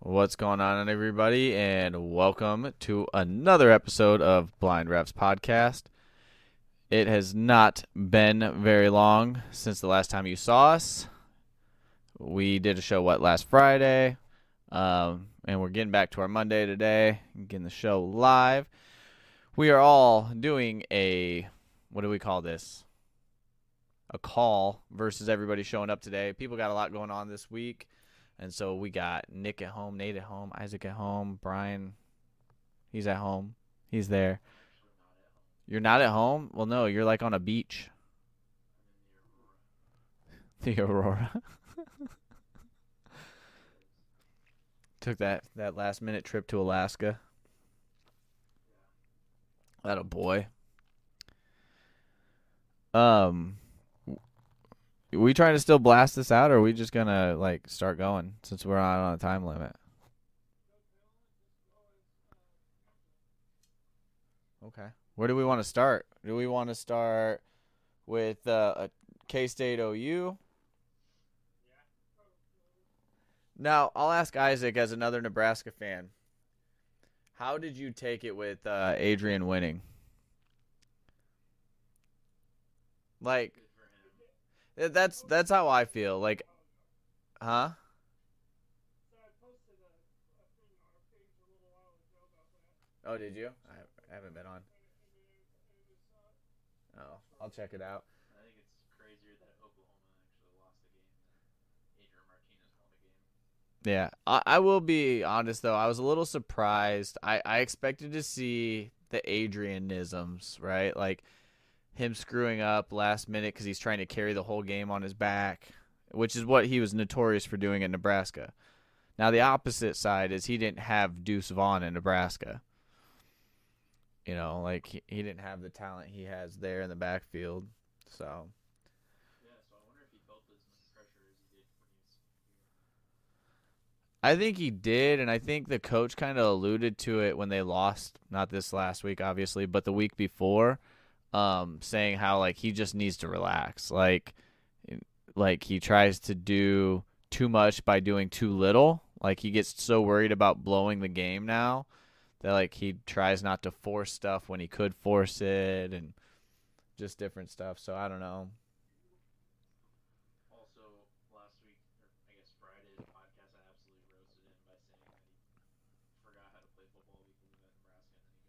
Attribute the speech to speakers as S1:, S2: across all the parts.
S1: What's going on, everybody, and welcome to another episode of Blind Refs Podcast. It has not been very long since the last time you saw us. We did a show, what, last Friday? Um, and we're getting back to our Monday today, getting the show live. We are all doing a, what do we call this? A call versus everybody showing up today. People got a lot going on this week. And so we got Nick at home, Nate at home, Isaac at home, Brian. He's at home. He's there. You're not at home? Well, no, you're like on a beach. The Aurora. Took that that last minute trip to Alaska. That a boy. Um we trying to still blast this out, or are we just gonna like start going since we're not on a time limit? Okay. Where do we want to start? Do we want to start with uh, K State OU? Now I'll ask Isaac as another Nebraska fan. How did you take it with uh, Adrian winning? Like, yeah, That's that's how I feel. Like, huh? Oh, did you? I I haven't been on. Oh, I'll check it out.
S2: I think it's crazier that Oklahoma actually lost a game than Adrian Martinez won a game.
S1: Yeah, I, I will be honest though. I was a little surprised. I, I expected to see the Adrianisms, right? Like him screwing up last minute because he's trying to carry the whole game on his back, which is what he was notorious for doing at Nebraska. Now the opposite side is he didn't have Deuce Vaughn in Nebraska. You know, like he, he didn't have the talent he has there in the backfield. So
S2: Yeah, so I wonder if he felt as much pressure as he did when he was
S1: I think he did, and I think the coach kind of alluded to it when they lost, not this last week, obviously, but the week before, um, saying how like he just needs to relax, like, like he tries to do too much by doing too little. Like he gets so worried about blowing the game now that like he tries not to force stuff when he could force it, and just different stuff. So I don't know.
S2: also last week or I guess Friday the podcast I absolutely roasted him by saying that he forgot how to play football because he was at Nebraska and then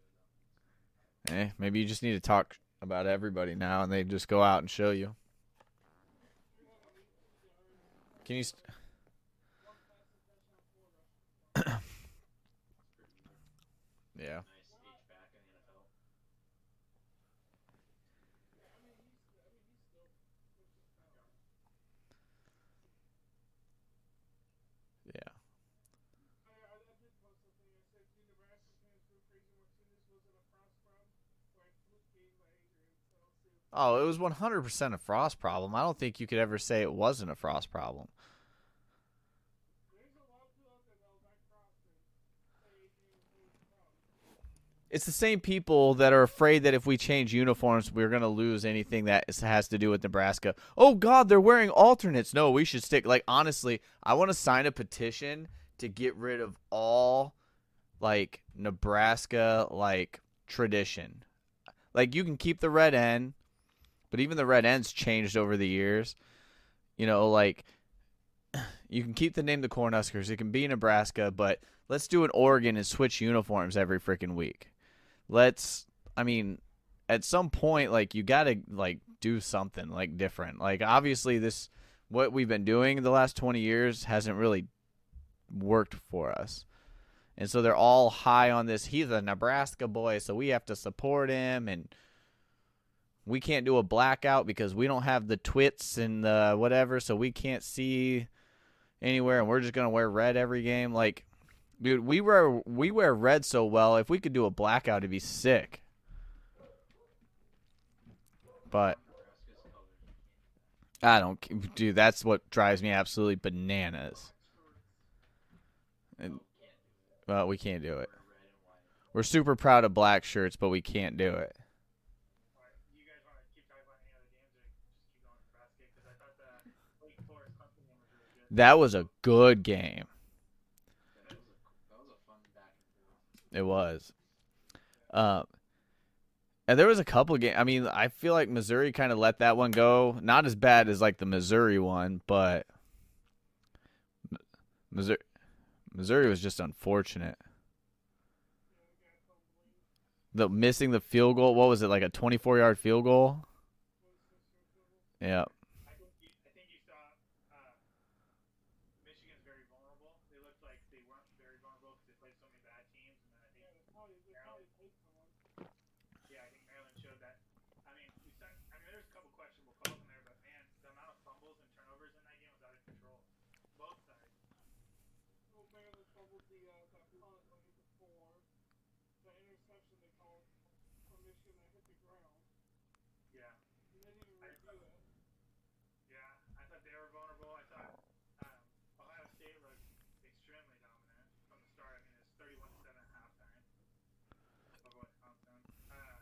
S2: he goes out.
S1: Eh, maybe you just need to talk about everybody now, and they just go out and show you. Can you? St- yeah.
S2: Nice H back in the NFL.
S1: Yeah. Oh, it was 100% a frost problem. I don't think you could ever say it wasn't a frost problem. It's the same people that are afraid that if we change uniforms, we're going to lose anything that is- has to do with Nebraska. Oh, God, they're wearing alternates. No, we should stick. Like, honestly, I want to sign a petition to get rid of all, like, Nebraska, like, tradition. Like, you can keep the red N, but even the red N's changed over the years. You know, like, you can keep the name the Cornhuskers. It can be Nebraska, but let's do an Oregon and switch uniforms every freaking week let's i mean at some point like you gotta like do something like different like obviously this what we've been doing the last 20 years hasn't really worked for us and so they're all high on this he's a nebraska boy so we have to support him and we can't do a blackout because we don't have the twits and the whatever so we can't see anywhere and we're just gonna wear red every game like Dude, we wear we wear red so well. If we could do a blackout, it'd be sick. But I don't, c- dude. That's what drives me absolutely bananas. And, well, we can't do it. We're super proud of black shirts, but we can't do it.
S3: you guys want to keep talking about any other games or just keep going with Nebraska? Because I thought the Lake Forest Clemson game was really good.
S1: That was a good
S3: That
S1: game.
S3: was
S1: It was. Uh, and there was a couple games. I mean, I feel like Missouri kind of let that one go. Not as bad as like the Missouri one, but Mi- Missouri, Missouri was just unfortunate. The missing the field goal. What was it like a twenty-four yard field goal? Yeah.
S4: I think you, I think you saw uh, Michigan's very vulnerable. They looked like they weren't very vulnerable because they played so many bad teams, and then I think Maryland. Yeah, I think Maryland showed that. I mean, we sent, I mean, there's a couple questionable calls in there, but man, the amount of fumbles and turnovers in that game was out of control. Both sides. Well, Maryland fumbled the uh, that punt on the four, the interception they called from Michigan that hit the ground. Yeah. And they didn't review it. Yeah, I thought they were vulnerable. I thought um, Ohio State looked extremely dominant from the start. I mean, it's 31 7 at halftime. Of what halftime. Uh,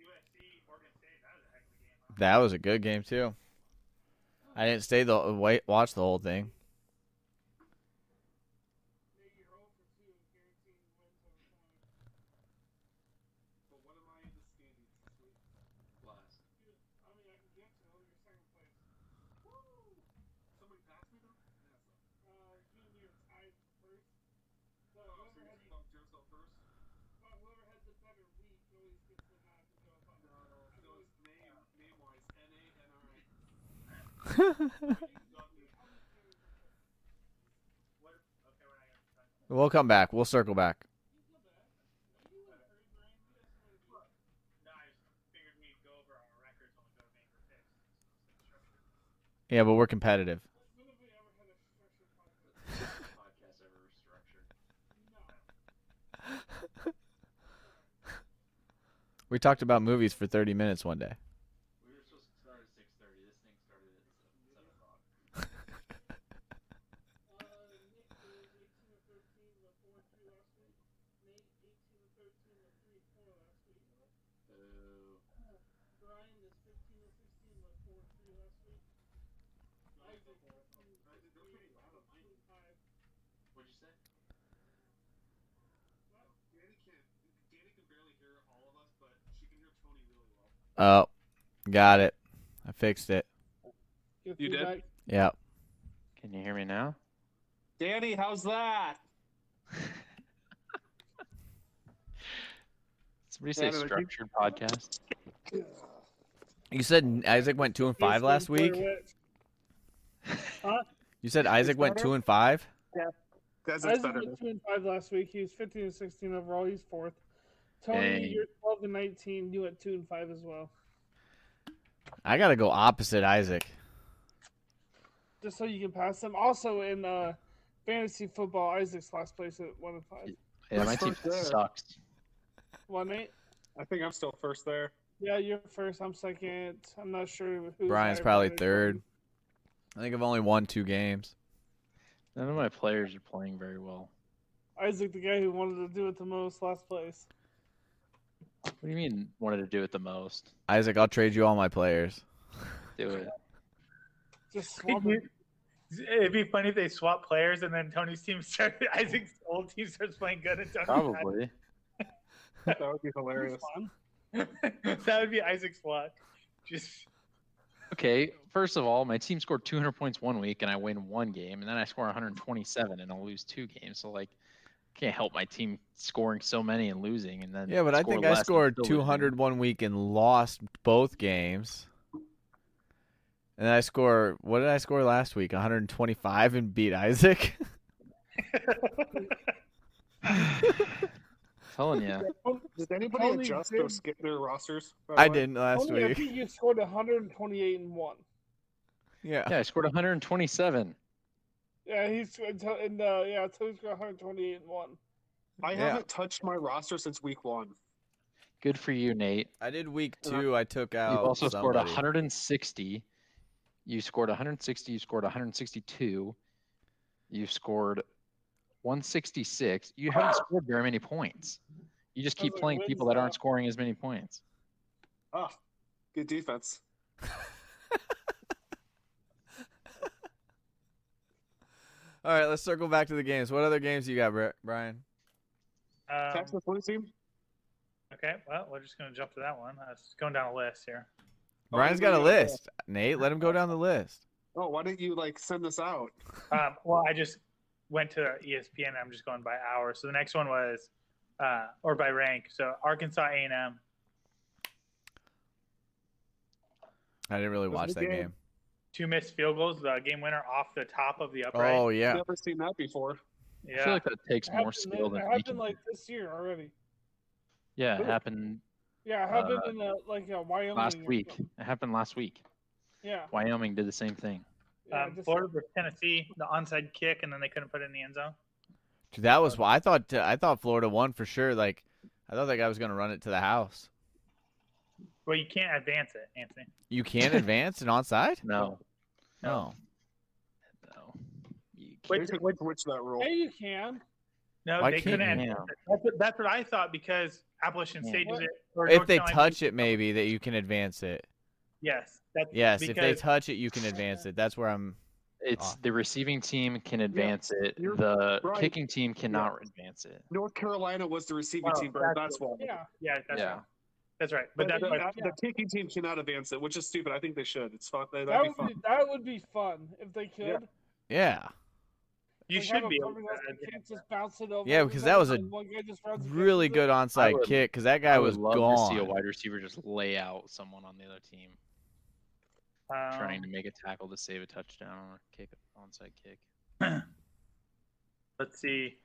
S4: USC, Oregon State, that was a heck of a game. Huh?
S1: That was a good game too. I didn't stay the wait watch the whole thing.
S4: But what am I in the standings this week?
S5: Last.
S4: I mean, I can get to it. You're second place. Woo! Somebody passed me though? Yeah, so. Uh, you and you're tied first. So oh, whoever, had,
S6: bumped yourself first.
S4: but whoever has the better week always gets the nod to go up. No, no,
S6: It was name, name wise, N A N R A.
S5: What? Okay, we're not gonna touch that.
S1: We'll come back. We'll circle back.
S5: No, I just figured we'd go over our records when we go to make our picks.
S1: Yeah, but we're competitive.
S5: Podcast ever structured.
S1: We talked about movies for 30 minutes one day.
S5: We were supposed to start at six thirty. This thing started at seven, seven o'clock.
S6: Uh,
S5: Boo. What'd you say?
S6: Danny can Danny can barely hear all of us, but she can hear Tony really well.
S1: Oh, got it. I fixed it.
S6: You did?
S1: Yeah.
S7: Can you hear me now?
S6: Danny, how's that?
S7: Somebody say
S6: Adam, I think-
S7: structured podcast.
S1: You said Isaac went 2 and 5 last week? You said Isaac went 2 and 5?
S6: Desert's
S8: Isaac
S6: better.
S8: was two and five last week. He was fifteen and sixteen overall. He's fourth. Tony,
S7: Dang.
S8: you're twelve and nineteen. You went two and five as well.
S1: I got to go opposite Isaac.
S8: Just so you can pass them. Also in uh, fantasy football, Isaac's last place at one and five.
S7: Yeah,
S6: That's
S7: my team
S6: first there.
S7: sucks.
S8: One eight.
S6: I think I'm still first there.
S8: Yeah, you're first. I'm second. I'm not sure who.
S1: Brian's probably third. I think I've only won 2 games.
S7: None of my players are playing very well.
S8: Isaac, the guy who wanted to do it the most, last place.
S7: What do you mean wanted to do it the most?
S1: Isaac, I'll trade you all my players.
S7: Do it.
S8: Just
S9: Could
S8: swap
S9: you-
S8: him.
S9: It'd be funny if they swap players and then Tony's team starts, Isaac's old team starts playing good and Tony's
S7: Probably.
S6: That would be hilarious.
S8: It's fun.
S9: that would be Isaac's luck. Just
S7: Okay, first of all, my team scored 200 points one week and I win one game, and then I score 127 and I'll lose two games. So, like, can't help my team scoring so many and losing. And then
S1: Yeah, but I
S7: score
S1: think
S7: less
S1: I
S7: and
S1: scored
S7: still losing.
S1: 200 one week and lost both games. And I score what did I score last week? 125 and beat Isaac.
S7: telling you.
S6: Did anybody
S8: Tony
S6: adjust
S8: did-
S6: or skip their rosters? by the
S1: I
S6: way?
S1: didn't last
S8: Only I
S1: week.
S8: think you scored 128 and one.
S1: Yeah.
S7: Yeah, I scored 127.
S8: Yeah, he's and uh, yeah, Tony's got 128 and one.
S6: I
S1: Yeah.
S6: haven't touched my roster since week one.
S7: Good for you, Nate.
S1: I did week 2. I took out
S7: You also scored
S1: somebody.
S7: 160. You scored 160. You scored 162. You scored 166. You haven't scored very many points. You just keep
S8: Those are
S7: playing people
S8: wins,
S7: that aren't
S8: though.
S7: scoring as many points.
S6: Ah, good defense.
S1: All right, let's circle back to the games. What other games you got, Bri- Brian?
S4: Um,
S6: Texas lose team.
S4: okay, well, we're just going to jump to that one. I was going down a list here.
S1: Brian's got a list. Nate, let him go down the list.
S6: Oh, why didn't you like send this out?
S4: Um, well, I just went to E ESPN. I'm just going by hour. So the next one was, uh, or by rank. So Arkansas A&M.
S1: I didn't really
S6: That's
S1: watch
S6: a
S1: that
S6: good
S1: game.
S4: Two missed field goals. The game winner off the top of the upright.
S1: Oh yeah,
S6: Never seen that before.
S4: yeah.
S7: I feel like that takes
S8: It
S7: more
S8: happened,
S7: skill
S8: it
S7: than we
S8: happened
S7: can.
S8: like this year already.
S7: yeah,
S6: Ooh.
S7: it happened
S8: Yeah, it happened in uh like uh Wyoming
S7: last
S8: or
S7: week.
S8: something.
S7: It happened last week.
S8: Yeah.
S7: Wyoming did the same thing.
S8: yeah,
S4: um,
S8: just-
S4: Florida versus Tennessee, the onside kick, and then they couldn't put it in the end zone.
S1: Dude, that was why I thought. I thought Florida won for sure. Like, I thought that guy was gonna run it to the house.
S4: Well, you can't advance it, Anthony.
S1: You can advance and onside?
S7: No,
S1: No.
S7: no. You
S4: Wait,
S6: They could win which that rule.
S8: Yeah, you can.
S4: No,
S1: Why
S4: they
S1: can't
S4: couldn't.
S1: you?
S4: Advance
S7: can't.
S4: it. That's, what, that's what I thought because Appalachian
S7: Yeah.
S4: State did
S8: What?
S4: it. or
S1: If
S4: North
S1: they
S4: Carolina-
S1: touch it, maybe that you can advance it.
S4: Yes. That's
S1: Yes, if they
S4: because-
S1: touch it, you can advance it. That's where I'm.
S7: It's
S1: Aw.
S7: the receiving team can advance it.
S6: you're
S7: The
S6: right.
S7: kicking team cannot advance it.
S6: North Carolina was the receiving
S4: Oh,
S6: team, but
S4: that's-
S6: that's why.
S8: Yeah.
S4: yeah, that's
S7: yeah.
S4: right. That's right. But
S6: But
S4: that's
S6: the,
S4: why.
S6: the kicking team cannot advance it, which is stupid. I think they should. It's fun. That'd
S8: That
S6: be
S8: would
S6: fun.
S8: be that would be fun if they could.
S6: Yeah.
S1: Yeah,
S4: You
S8: Like, have
S4: should
S8: a
S4: be. able
S8: covered
S4: to uh,
S8: up and
S4: advance
S8: can't just bounce it over
S1: Yeah, because that
S8: everybody,
S1: was a
S8: and one guy just runs against
S1: really
S8: it.
S1: good
S7: I
S1: onside
S7: would-
S1: kick because that guy
S7: I would
S1: was
S7: love
S1: gone.
S7: to see a wide receiver just lay out someone on the other team
S4: it.
S7: trying
S4: Um,
S7: to make a tackle to save a touchdown or kick an onside kick.
S4: Let's see.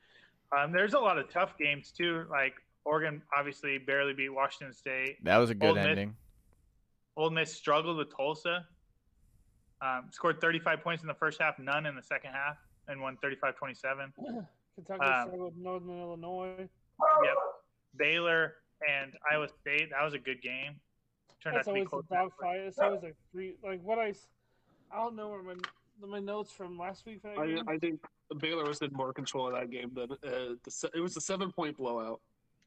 S4: Um, there's a lot of tough games too. Like Oregon obviously barely beat Washington State.
S1: That was a good
S4: Ole Miss.
S1: ending.
S4: Ole Miss struggled with Tulsa. Um, scored 35 points in the first half, none in the second half, and won 35-27.
S8: Kentucky
S4: Um,
S8: struggled with Northern Illinois.
S4: Yep. Baylor and Iowa State. That was a good game. Turned
S8: That's
S4: out to be
S8: always a
S4: close.
S8: dog fight. It's always a three. Like what I, s- I don't know where my my notes from last week. For that game.
S6: I, I think Baylor was in more control of that game than uh, the, se- it was a seven point blowout.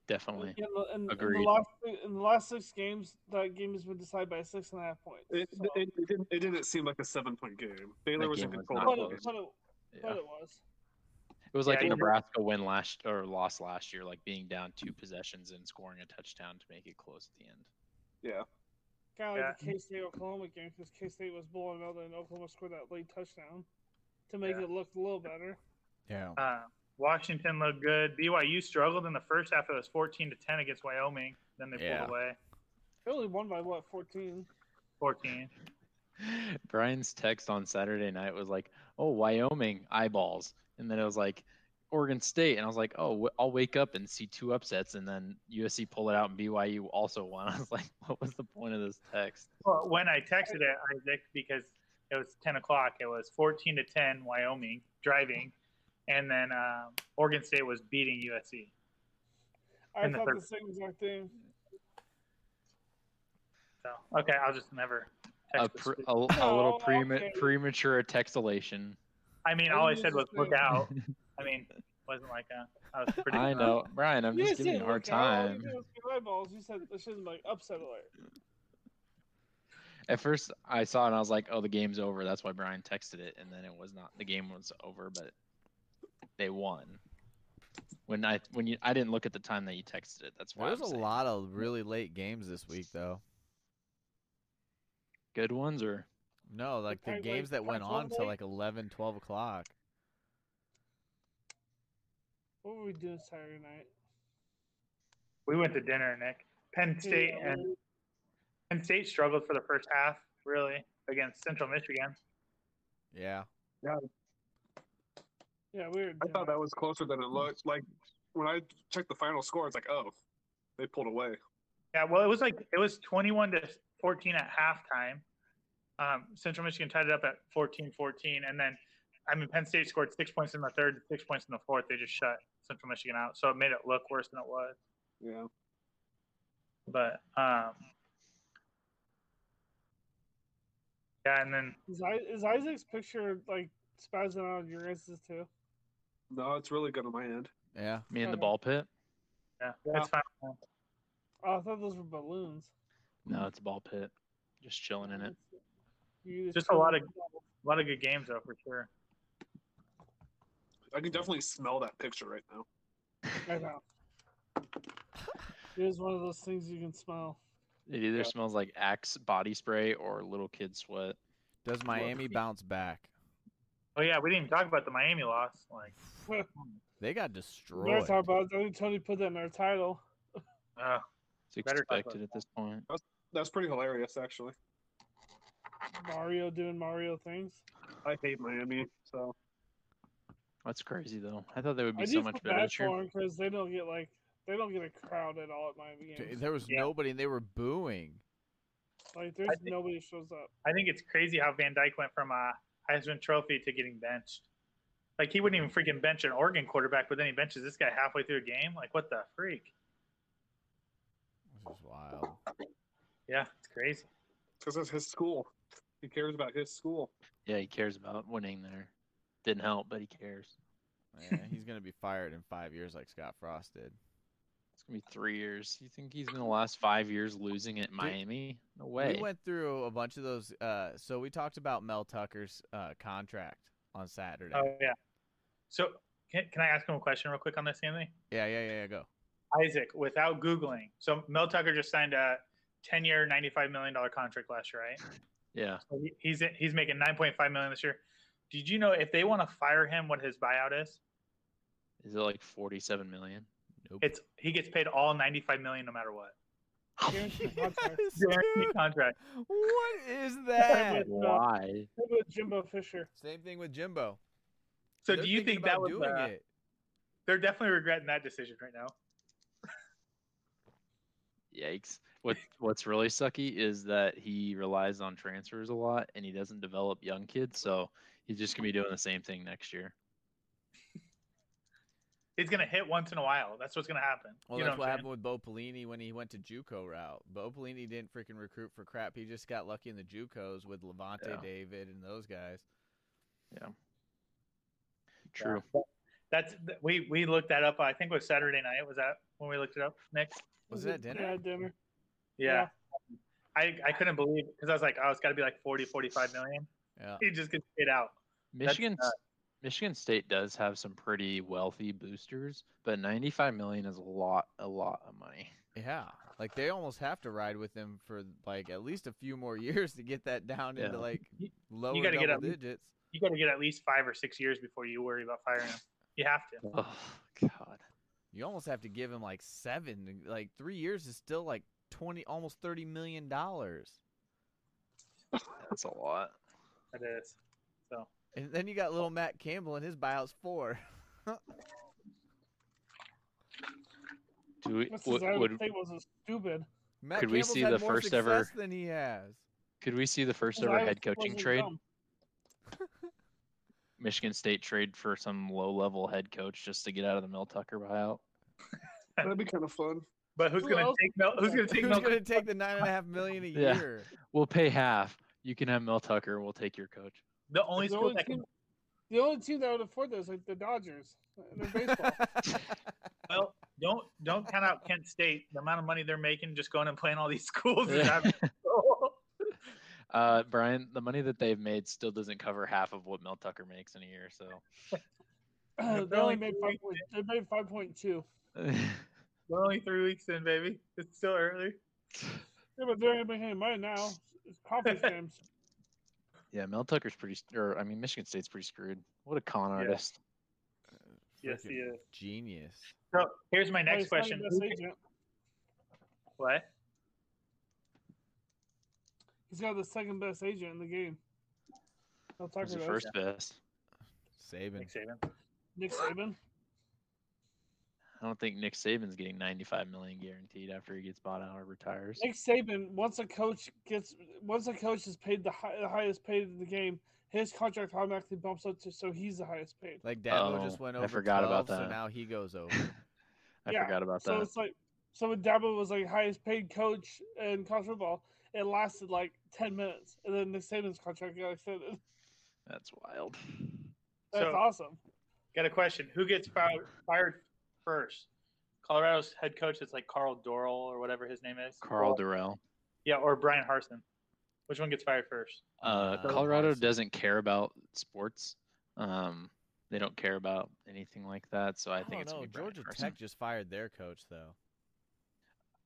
S7: Definitely.
S8: in the, in, in the
S7: Agreed.
S8: last in the last six games, that game has been decided by six and a half points.
S6: It,
S8: so-
S6: it, it, didn't, it didn't seem like a seven point game. Baylor
S7: That
S6: was in
S7: game was
S6: control.
S7: not
S6: of
S8: but,
S6: that
S8: it, but,
S6: game.
S8: it,
S7: Yeah.
S8: but it was.
S7: It was like
S4: Yeah,
S7: the
S4: you-
S7: Nebraska win last or loss last year, like being down two possessions and scoring a touchdown to make it close at the end.
S8: Kind of like the
S4: Yeah.
S8: K State Oklahoma game because K State was blowing out and Oklahoma scored that late touchdown to make
S4: Yeah.
S8: it look a little better.
S1: Yeah.
S4: Uh, Washington looked good. BYU struggled in the first half. It was 14 to 10 against Wyoming. Then they
S1: Yeah.
S4: pulled away.
S8: They only won by what fourteen?
S4: 14.
S7: Brian's text on Saturday night was like, "Oh, Wyoming eyeballs," and then it was like, "Oregon State," and I was like, "Oh, w- I'll wake up and see two upsets, and then USC pulled it out and BYU also won." I was like, "What was the point of this text?"
S4: Well, when I texted it, Isaac, because it was 10 o'clock, it was 14 to 10, Wyoming driving. And then um, Oregon State was beating USC.
S8: I
S4: In the
S8: thought
S4: third.
S8: the same exact thing.
S4: So, okay, I'll just never
S7: A,
S4: text. this.
S7: pr a, a little
S8: Oh,
S7: prema-
S8: okay.
S7: premature textulation.
S4: I mean,
S8: I
S4: all I
S8: was
S4: said was
S8: just
S4: look
S8: saying.
S4: out. I mean, wasn't like a, I was pretty.
S7: I know, Brian. I'm
S8: You
S7: just giving
S8: said,
S7: you a hard
S8: like, I already
S7: time.
S8: did with my eyeballs. You said this shouldn't like upset alert.
S7: At first, I saw it and I was like, "Oh, the game's over." That's why Brian texted it, and then it was not. The game was over, but they won. When I when you I didn't look at the time that you texted it. That's why
S1: There's
S7: I'm
S1: a
S7: saying.
S1: lot of really late games this week, though.
S7: good ones, or
S1: No, like the
S8: Pac-12
S1: games that went
S8: Pac-12
S1: on till
S8: late?
S1: like 11, 12 o'clock.
S8: What were we doing Saturday night?
S4: We went to dinner, Nick. Penn State
S8: Yeah,
S4: and Penn State struggled for the first half, really, against Central Michigan.
S1: Yeah.
S8: yeah, we were.
S6: I thought that was closer than it looked. Like when I checked the final score, it's like, oh, they pulled away.
S4: Yeah, well, it was like it was 21 to 14 at halftime. Um, Central Michigan tied it up at 14-14, and then I mean Penn State scored six points in the third, six points in the fourth. They just shut Central Michigan out, so it made it look worse than it was.
S6: Yeah.
S4: But um, yeah, and then
S8: Is, I- is Isaac's picture like spazzing out on your guys' too?
S6: No, it's really good on my end.
S1: Yeah.
S7: me in the
S8: Okay.
S7: ball pit.
S4: yeah,
S6: Yeah.
S4: it's fine.
S8: Oh, I thought those were balloons.
S7: No, it's a ball pit. Just chilling in it.
S8: You
S4: Just a lot of-
S8: couldn't-
S4: A lot of good games though for sure.
S8: Mm-hmm.
S6: I can definitely smell that picture right now.
S8: I know. It is one of those things you can smell.
S7: It either
S6: Yeah.
S7: smells like Axe body spray or little kid sweat.
S1: Does Miami bounce back?
S4: Oh yeah, we didn't even talk about the Miami loss. Like,
S1: They got
S8: We better
S1: destroyed.
S8: talk about. it. I think Tony put that in our title.
S4: uh,
S7: It's
S4: Better talk about
S7: expected at this point.
S6: That's pretty hilarious, actually.
S8: Mario doing Mario things.
S6: I hate Miami, so
S7: That's crazy though. I thought they would
S8: I
S7: be
S8: do
S7: so
S8: feel
S7: much better
S8: bad
S7: this year.
S8: for because they don't get like they don't get a crowd at all at Miami
S1: D-
S8: games.
S1: There was
S4: Yeah.
S1: nobody, and they were booing.
S8: Like there's
S4: think-
S8: nobody shows up.
S4: I think it's crazy how Van Dyke went from a Heisman Trophy to getting benched. Like he wouldn't even freaking bench an Oregon quarterback, but then he benches this guy halfway through a game. Like what the freak?
S1: This is wild.
S4: Yeah, it's crazy.
S6: because it's his school. He cares about his school.
S7: Yeah, he cares about winning there. Didn't help, but he cares.
S1: Yeah, he's gonna be fired in five years, like Scott Frost did.
S7: It's gonna be three years. You think he's gonna last five years losing at Miami? No way.
S1: We went through a bunch of those. Uh, so we talked about Mel Tucker's uh, contract on Saturday.
S4: Oh yeah. So can, can I ask him a question real quick on this, Anthony?
S1: Yeah, yeah, yeah, yeah. Go.
S4: Isaac, without googling, so Mel Tucker just signed a ten-year, ninety-five million dollar contract last year, right?
S7: yeah.
S4: So he- he's he's making nine point five million this year. Did you know if they want to fire him, what his buyout is?
S7: Is it like forty-seven million?
S1: Nope.
S4: It's he gets paid all ninety-five million, no matter what.
S8: Guaranteed contract.
S1: Yes,
S4: Guaranteed
S1: dude.
S4: contract.
S1: What is that?
S8: Like, uh,
S7: Why?
S8: what about Jimbo Fisher?
S1: Same thing with Jimbo.
S4: So
S1: They're
S4: do you
S1: thinking
S4: think that
S1: about
S4: was?
S1: doing
S4: uh,
S1: it?
S4: They're definitely regretting that decision right now.
S7: Yikes. What What's really sucky is that he relies on transfers a lot, and he doesn't develop young kids. So he's just gonna be doing the same thing next year.
S4: It's gonna hit once in a while. That's what's gonna happen.
S1: Well,
S4: you know
S1: that's what
S4: what I'm
S1: happened with Bo Pelini when he went to JUCO route. Bo Pelini didn't freaking recruit for crap. He just got lucky in the JUCOs with Levante
S7: Yeah.
S1: David and those guys.
S7: True.
S4: saying? That's we we looked that up. I think it was Saturday night. Was that when we looked it up, Nick?
S1: Was it at dinner?
S8: Yeah, dinner.
S4: Yeah. I, I couldn't believe because I was like, oh, it's got to be like 40, 45 million.
S1: Yeah.
S4: He just gets paid out. That's
S7: Michigan
S4: nuts.
S7: Michigan State does have some pretty wealthy boosters, but 95 million is a lot a lot of money.
S1: Yeah, like they almost have to ride with him for like at least a few more years to get that down
S7: Yeah.
S1: into like
S4: You-
S1: lower
S4: gotta
S1: double
S4: get at least-
S1: digits.
S4: You got to get at least five or six years before you worry about firing him. You have to.
S7: Oh god.
S1: You almost have to give him like seven. Like three years is still like twenty, almost thirty million dollars.
S7: That's a lot.
S4: That is. So
S1: And then you got little Matt Campbell and his buyout's four.
S7: Do we,
S8: This is
S7: would,
S8: I would
S7: would
S8: think was a stupid.
S1: Matt
S7: Could we
S1: Campbell's
S7: see
S1: had
S7: the
S1: more
S7: first
S1: success
S7: ever-
S1: than he has.
S7: could we see the first
S8: Because
S7: ever
S8: I
S7: head
S8: was-
S7: coaching
S8: wasn't
S7: trade?
S8: dumb.
S7: Michigan State trade for some low level head coach just to get out of the Mel Tucker buyout.
S6: That'd be kind of fun.
S4: But who's
S8: Who
S4: gonna
S8: else?
S4: take Mel? Who's gonna take
S1: Who's
S4: Mel?
S1: gonna take the nine and a half million a
S7: Yeah.
S1: year?
S7: We'll pay half. You can have Mel Tucker. We'll take your coach.
S4: The only
S8: The
S4: school
S8: only,
S4: that can
S8: team, the only team that would afford that is like the Dodgers. They're baseball.
S4: well, don't don't count out Kent State. The amount of money they're making just going and playing all these schools. Is
S7: Uh, Brian, the money that they've made still doesn't cover half of what Mel Tucker makes in a year. So
S8: they
S4: They're
S8: only
S4: only
S8: made
S4: three
S8: five point. They made five point two.
S4: We're only three weeks in, baby. It's still early.
S8: Yeah, but they're gonna make any money now. It's conference games.
S7: yeah, Mel Tucker's pretty, s- or I mean, Michigan State's pretty screwed. What a con
S4: Yeah.
S7: artist.
S4: Yes, he
S1: Frickin'
S4: is.
S1: Genius.
S4: So here's my
S8: Like,
S4: next
S8: it's not
S4: question.
S8: even his agent.
S4: What?
S8: He's got the second best agent in the game. I'll talk
S7: Who's the
S8: about
S7: first best?
S1: Saban.
S4: Nick Saban.
S8: Nick Saban.
S7: I don't think Nick Saban's getting 95 million guaranteed after he gets bought out or retires.
S8: Nick Saban, once a coach gets, once a coach is paid the, high, the highest paid in the game, his contract automatically bumps up to so he's the highest paid.
S1: Like Dabo just
S7: Oh,
S1: went
S7: I
S1: over.
S7: forgot
S1: 12,
S7: about that.
S1: So now he goes over.
S7: I
S8: Yeah,
S7: forgot about
S8: So
S7: that.
S8: it's like, so when Dabo was like highest paid coach in college football, it lasted like ten minutes, and then Nick Saban's contract got extended.
S7: That's wild.
S8: That's
S4: So-
S8: awesome.
S4: Got a question. Who gets fired, fired first? Colorado's head coach is like Carl Dorrell or whatever his name is.
S7: Carl
S4: Or-
S7: Durrell.
S4: Yeah, or Brian Harson. Which one gets fired first?
S7: Uh,
S1: Uh,
S7: Colorado
S1: Harson.
S7: doesn't care about sports. Um, They don't care about anything like that. So I, think
S1: don't
S7: it's
S1: know.
S7: gonna be Brian
S1: Oh, Georgia
S7: Harsin.
S1: Tech just fired their coach though.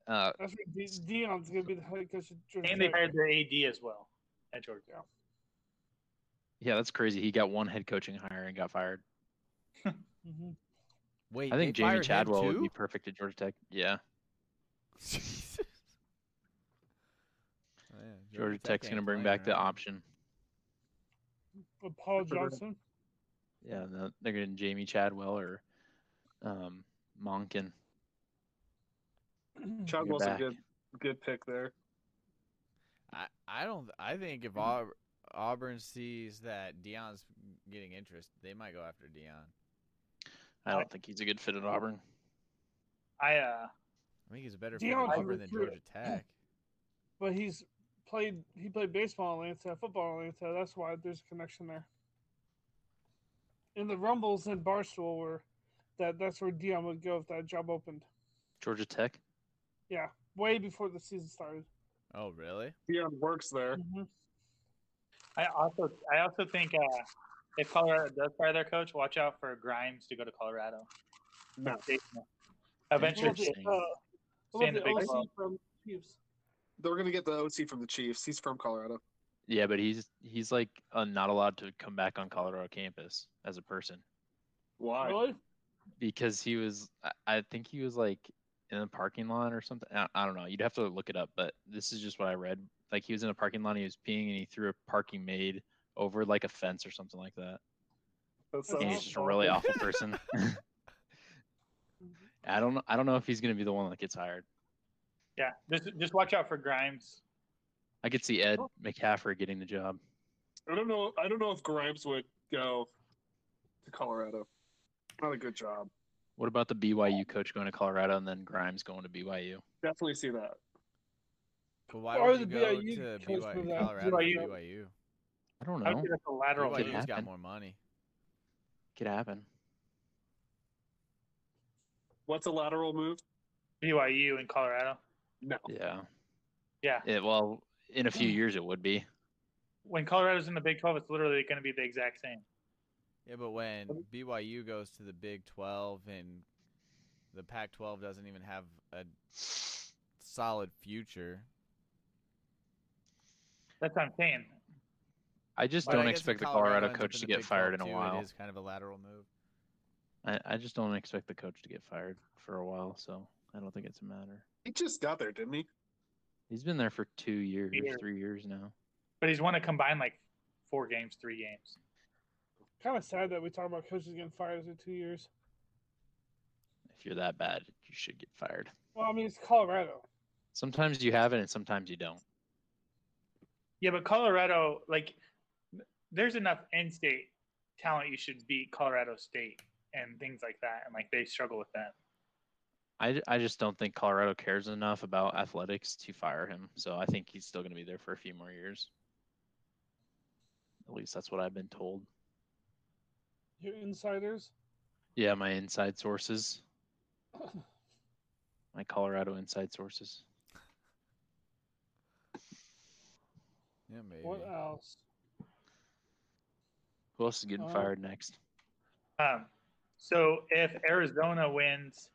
S7: Uh,
S8: That's where De- Dion's gonna be the head coach. of Georgia
S4: And they
S8: Tech.
S4: hired their AD as well at Georgia.
S7: yeah, that's crazy. He got one head coaching hire and got fired.
S8: Mhm.
S1: Wait,
S7: I think
S1: they
S7: Jamie
S1: fired him
S7: Chadwell would
S1: too?
S7: be perfect at Georgia Tech. Yeah,
S1: Jesus. Oh, yeah,
S7: Georgia, Tech's
S1: ain't
S7: gonna bring
S1: playing
S7: back the
S1: around.
S7: option.
S8: But Paul
S4: Good for them.
S8: Johnson.
S7: Yeah, and the- they're getting Jamie Chadwell or um, Monken.
S6: Chad
S7: You're
S6: Wilson,
S7: back.
S6: good, good pick there.
S1: I, I don't. I think if Aub- Auburn sees that Dion's getting interest, they might go after Dion.
S7: I don't think he's a good fit at Auburn.
S4: I uh
S1: I think he's a better fit at
S8: Dion's a
S1: Auburn than
S8: recruit.
S1: Georgia Tech.
S8: But he's played. He played baseball in Atlanta, football in Atlanta. That's why there's a connection there. And the Rumbles and Barstool were that. That's where Dion would go if that job opened.
S7: Georgia Tech.
S8: Yeah, way before the season started. Mm-hmm.
S1: Oh really?
S6: Dion um, works there.
S4: I also I also think uh if Colorado does fire their coach, watch out for Grimes to go to Colorado.
S6: No.
S4: Eventually,
S7: Interesting.
S8: Uh, what
S4: Stay in
S8: about
S4: the
S8: the
S4: Big
S8: OC
S4: Twelve.
S8: from Chiefs?
S6: They're going to get the OC from the Chiefs. He's from Colorado.
S7: Yeah, but he's he's like uh, not allowed to come back on Colorado campus as a person
S6: Why?
S8: Really?
S7: because he was I, I think he was like in a parking lot or something. I, I don't know. You'd have to look it up, but this is just what I read. Like he was in a parking lot, and he was peeing, and he threw a parking maid over like a fence or something like that.
S6: That
S7: And
S6: sounds
S7: he's just a
S4: Oh.
S7: really awful person.
S8: Mm-hmm.
S7: I don't know. I don't know if he's gonna be the one that gets hired.
S4: yeah, just just watch out for Grimes.
S7: I could see
S4: Oh.
S7: Ed McCaffrey getting the job.
S6: I don't know. I don't know if Grimes would go to Colorado. Not a good job.
S7: What about the BYU coach going to Colorado and then Grimes going to BYU?
S6: Definitely see that.
S1: But why
S8: Or
S1: would you
S8: the
S1: go
S8: BYU
S1: to
S8: coach
S1: BYU,
S8: moved out.
S1: Colorado BYU.
S4: BYU.
S1: BYU?
S7: I don't
S4: I
S7: know.
S4: would say that's a lateral
S7: Could
S1: BYU's
S4: move.
S1: got
S7: happen.
S1: more money.
S7: Could happen.
S6: What's a lateral move?
S4: BYU in Colorado.
S6: No.
S7: Yeah.
S4: Yeah,
S7: It, well, in a few years it would be.
S4: when Colorado's in the Big Twelve, it's literally going to be the exact same.
S1: Yeah, but when BYU goes to the Big 12 and the Pac 12 doesn't even have a solid future,
S4: That's what I'm saying.
S7: I just
S1: But I
S7: don't
S1: guess if
S7: expect the
S1: Colorado
S7: Colorado
S1: ends up
S7: coach
S1: in the
S7: to get
S1: Big 12
S7: fired in a
S1: too,
S7: while.
S1: It is kind of a lateral move.
S7: I, I just don't expect the coach to get fired for a while, so I don't think it's a matter.
S6: He just got there, didn't he?
S7: He's been there for two years,
S4: Years.
S7: three years now.
S4: But he's won to combine like four games, three games.
S8: Kind of sad that we talk about coaches getting fired after two years.
S7: If you're that bad, you should get fired.
S8: Well, I mean, it's Colorado.
S7: Sometimes you have it and sometimes you don't.
S4: Yeah, but Colorado, like, there's enough in-state talent you should beat Colorado State and things like that, and like they struggle with that.
S7: I, I just don't think Colorado cares enough about athletics to fire him. So I think he's still going to be there for a few more years. At least that's what I've been told.
S8: Your insiders.
S7: Yeah, my inside sources, my Colorado inside sources.
S1: Yeah, maybe.
S8: What uh, else?
S7: Who else is getting
S8: Oh.
S7: fired next?
S4: Um, so if Arizona wins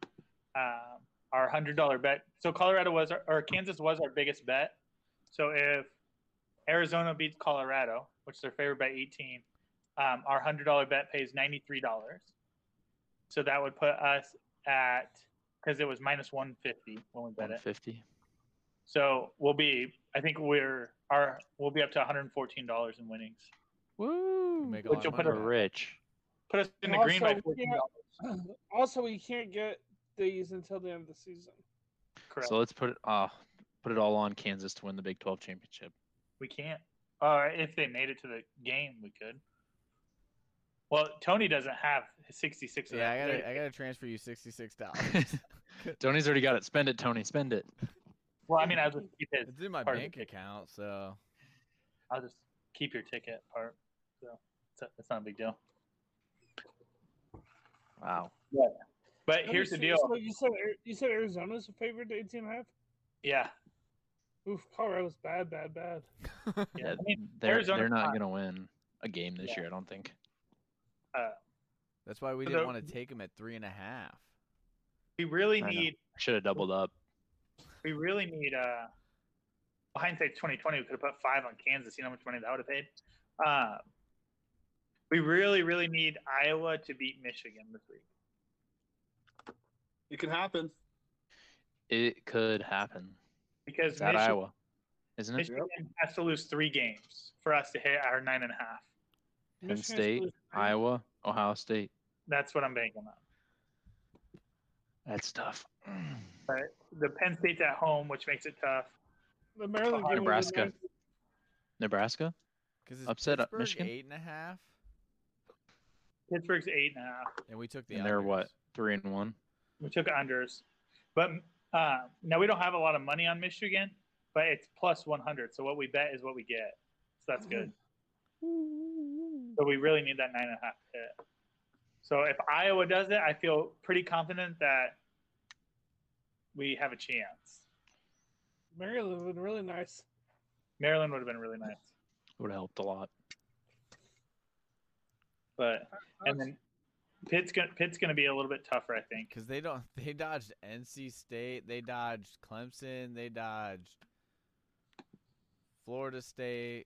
S4: um, our hundred dollar bet, so Colorado was our, or Kansas was our biggest bet. So if Arizona beats Colorado, which they're favored by eighteen, um, our hundred dollar bet pays ninety three dollars. So that would put us at because it was minus one fifty when we bet it.
S7: 150.
S4: So we'll be, I think we're our we'll be up to one hundred fourteen dollars in winnings.
S7: Woo!
S1: Make a
S4: Which
S1: lot
S4: you'll
S1: of
S4: put
S7: We're
S1: money
S4: a-
S1: back.
S7: rich.
S4: Put us in the
S8: And
S4: green by
S8: also,
S4: fourteen
S8: yeah.
S4: dollars.
S8: Also, we can't get these until the end of the season.
S4: Correct.
S7: So let's put it uh, put it all on Kansas to win the Big 12 championship.
S4: We can't. Or if they made it to the game, we could. Well, Tony doesn't have 66 of
S1: Yeah, I
S4: that.
S1: gotta, I gotta transfer you sixty-six dollars.
S7: Tony's already got it. Spend it, Tony. Spend it.
S4: well, I mean, I'll just keep his.
S1: it's in my
S4: Part of
S1: bank
S4: it.
S1: account, so
S4: I'll just keep your ticket part. So it's, it's not a big deal.
S7: Wow.
S4: But here's the deal.
S8: So you said Ar- you said Arizona's a favorite to eighteen and a half.
S4: Yeah.
S8: Oof, Colorado's bad, bad, bad.
S4: yeah.
S7: Yeah,
S4: I mean,
S7: they're
S4: Arizona's
S7: they're not
S4: not-
S7: going to win a game this
S4: Yeah.
S7: year. I don't think.
S1: That's why we
S4: So
S1: didn't
S4: the-
S1: want to take him at three and a half.
S4: We really
S7: I know.
S4: need
S7: Should have doubled up.
S4: we really need uh hindsight 2020 we could have put five on kansas you know how much money that would have paid uh, we really really need iowa to beat michigan this week
S6: It can happen.
S7: It could happen.
S4: because
S7: It's at
S4: michigan,
S7: Iowa, isn't it?
S4: michigan has to lose three games for us to hit our nine and a half
S7: Penn
S8: Michigan's
S7: State,
S8: losing.
S7: Iowa, Ohio State.
S4: that's what i'm banking on
S7: That's tough.
S4: the penn state's at home which makes it tough
S8: The Maryland game
S7: Nebraska.
S8: Nebraska.
S7: Nebraska.
S1: Because it's
S7: Upset, uh,
S1: Pittsburgh
S7: Michigan?
S1: eight and a half,
S4: pittsburgh's eight and a half
S1: and we took the.
S7: and they're
S1: unders.
S7: what three and one.
S4: we took unders but uh, now we don't have a lot of money on michigan but it's plus 100 so what we bet is what we get so that's good so we really need that nine and a half hit so if iowa does it i feel pretty confident that we have a chance
S8: Maryland would have been really nice.
S4: maryland would have been really nice
S7: Would have helped a lot.
S4: but and then pitt's gonna pitt's gonna be a little bit tougher i think
S1: Because they don't. They dodged NC State. They dodged Clemson. They dodged Florida State.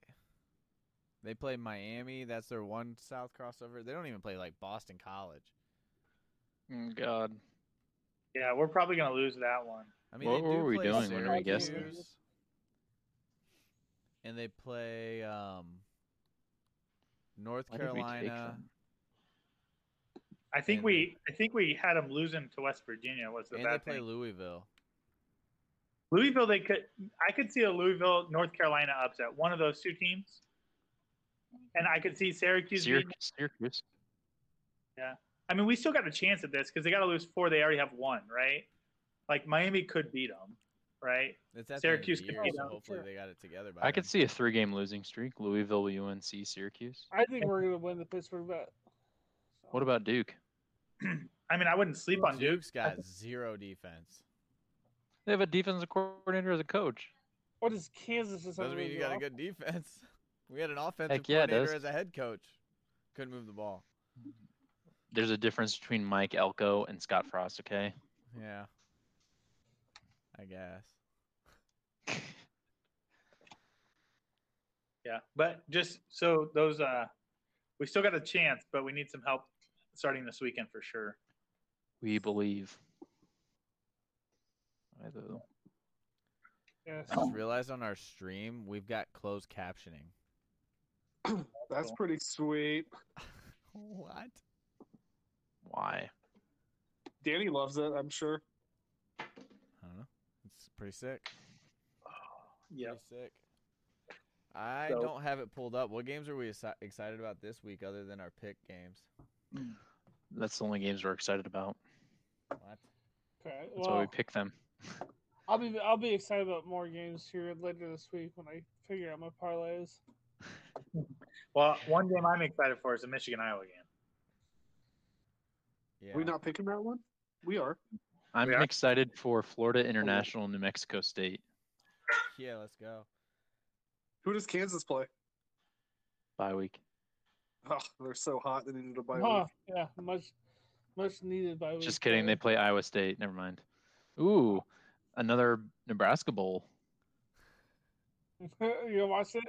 S1: They play Miami. That's their one South crossover. They don't even play like Boston College.
S7: Mm, God,
S4: yeah we're probably gonna lose that one
S1: I mean,
S7: What
S1: they
S7: were
S1: do
S7: we
S1: play
S7: doing
S8: when we guessed this?
S1: Syracuse, And they play um, North
S7: why did we take
S1: Carolina,
S7: them?
S4: i think
S1: And-
S4: we i think we had them losing to west virginia was the
S1: and they
S4: bad
S1: play
S4: thing
S1: Louisville.
S4: Louisville, they could. I could see a Louisville, North Carolina upset. One of those two teams, and I could see Syracuse.
S7: Syrac-
S4: beating-
S7: Syracuse.
S4: I mean, we still got a chance at this because they got to lose four. They already have one, right? Like Miami could beat them, right?
S1: It's at
S4: Syracuse
S1: the
S4: could
S1: end of the year,
S4: beat
S1: so
S4: them,
S1: hopefully they got it together. By
S7: I could
S1: then.
S7: see a three-game losing streak. Louisville, UNC, Syracuse.
S8: I think we're gonna win the Pittsburgh bet. So,
S7: What about Duke?
S4: I mean, I wouldn't sleep on Duke.
S1: Duke's got zero defense.
S7: They have a defensive coordinator as a coach.
S8: what is Kansas? Just
S1: Doesn't mean you got a good defense. We had an offensive
S7: yeah, it
S1: coordinator as
S7: does.
S1: a head coach. Couldn't move the ball.
S7: There's a difference between Mike Elko and Scott Frost. Okay.
S1: Yeah. I guess.
S4: Yeah, but just so those, uh we still got a chance, but we need some help starting this weekend for sure.
S7: We believe. I do.
S8: Yes.
S1: I just realized on our stream we've got closed captioning.
S6: That's
S4: Cool.
S6: pretty sweet.
S1: What?
S7: Why?
S6: Danny loves it, I'm sure.
S1: I don't know. It's pretty sick.
S4: Yeah,
S1: Pretty sick. I
S4: So-
S1: don't have it pulled up. What games are we exci- excited about this week other than our pick games?
S7: That's the only games we're excited about.
S1: What?
S8: Okay.
S7: That's why we
S8: Well,
S7: pick them.
S8: I'll be I'll be excited about more games here later this week when I figure out my parlays.
S4: Well, one game I'm excited for is the Michigan Iowa game.
S1: Yeah.
S6: we not picking that one? We are.
S7: I'm
S4: are-
S7: excited for Florida International, New Mexico State.
S1: yeah, let's go.
S6: Who does Kansas play?
S7: Bye week.
S6: Oh, they're so hot. They needed a bye
S8: Huh,
S6: week.
S8: yeah, much much needed by.
S7: Just
S8: week
S7: kidding. They
S8: four.
S7: play Iowa State. Never mind. Ooh, another Nebraska Bowl.
S8: you gonna watch it?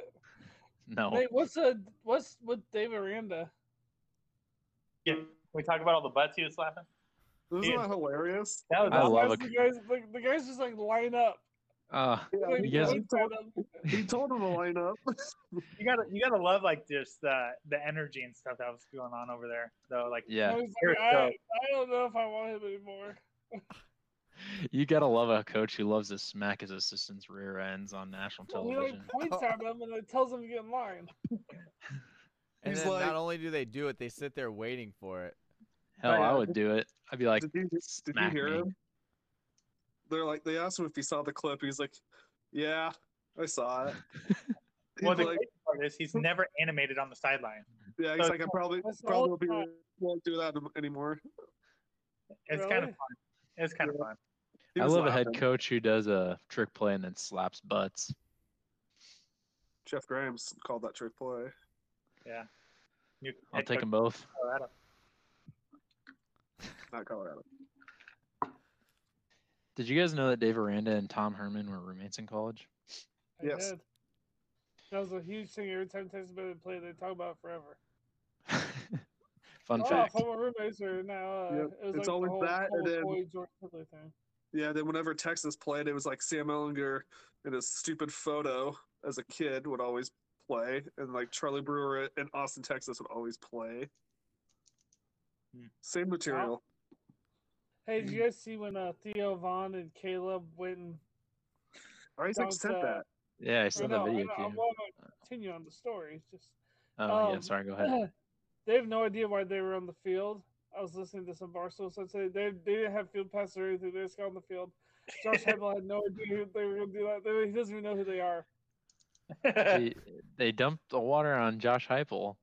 S7: No.
S8: Hey, what's uh what's with Dave Aranda?
S4: Yeah, Can we talk about all the butts he was slapping.
S6: Isn't
S4: Yeah.
S6: that hilarious?
S4: That was
S7: I
S8: The guys-
S7: love a-
S8: the guys. Like, the guys just like line up.
S7: Uh,
S6: Yeah,
S8: Like,
S7: you guys-
S8: line up.
S6: he told him to line up.
S4: You gotta you gotta love like just the the energy and stuff that was going on over there though. Like
S7: yeah.
S8: I, was
S4: Here
S8: like,
S4: it
S8: I,
S4: goes.
S8: I don't know if I want him anymore.
S7: You got to love a coach who loves to smack his assistant's rear ends on national
S8: Well, he like
S7: television.
S8: points at him and it tells him to get in line.
S1: And
S6: He's
S1: then
S6: like-
S1: not only do they do it, they sit there waiting for it.
S7: Hell, I
S6: yeah.
S8: uh,
S7: would do it. I'd be like,
S6: did you, did you
S7: smack
S6: hear
S7: me.
S6: him? They're like, they asked him if he saw the clip. He's like, yeah, I saw it. He's
S4: well, the
S6: like,
S4: great part is he's never animated on the sideline.
S6: yeah, he's
S4: so-
S6: like, I probably
S8: That's the
S6: probably
S8: whole
S6: won't, be,
S8: time.
S6: won't do that anymore.
S4: It's
S8: Really?
S4: kind of fun. It's kind of fun.
S6: He
S7: I
S6: was
S7: love a
S6: laughing.
S7: head coach who does a trick play and then slaps butts.
S6: Jeff Graham's called that trick play.
S4: New
S7: I'll
S4: head
S7: take
S4: coach
S7: them both.
S4: of Colorado.
S6: not Colorado.
S7: Did you guys know that Dave Aranda and Tom Herman were roommates in college?
S8: I
S6: Yes.
S8: did. That was a huge thing every time Texas Bay would play, they talk about it forever.
S7: Fun
S8: oh,
S7: fact.
S8: former roommates are now. Uh,
S6: Yep.
S8: It was
S6: It's
S8: like the
S6: always
S8: whole,
S6: that,
S8: whole
S6: and then-
S8: Floyd George Ridley thing.
S6: Yeah, then whenever Texas played, it was like Sam Ellinger and his stupid photo as a kid would always play, and like Charlie Brewer in Austin, Texas would always play.
S4: Hmm.
S6: Same material.
S8: Hey,
S6: Hmm.
S8: did you guys see when uh, Theo Vaughn and Caleb went and
S6: I Isaac
S8: Sounds,
S6: said
S8: uh,
S6: that.
S7: Yeah, I
S8: I
S7: saw
S8: know, I
S7: that video
S8: know,
S7: too.
S8: I'm going to continue on the story. It's just
S7: Oh yeah,
S8: um,
S7: sorry. Go ahead.
S8: they have no idea why they were on the field. I was listening to some Barstool so they they didn't have field passes or anything. They just got on the field. Josh Heibel had no idea who they were going to do that. They- He doesn't even know who they are.
S7: They, they dumped the water on Josh Heupel.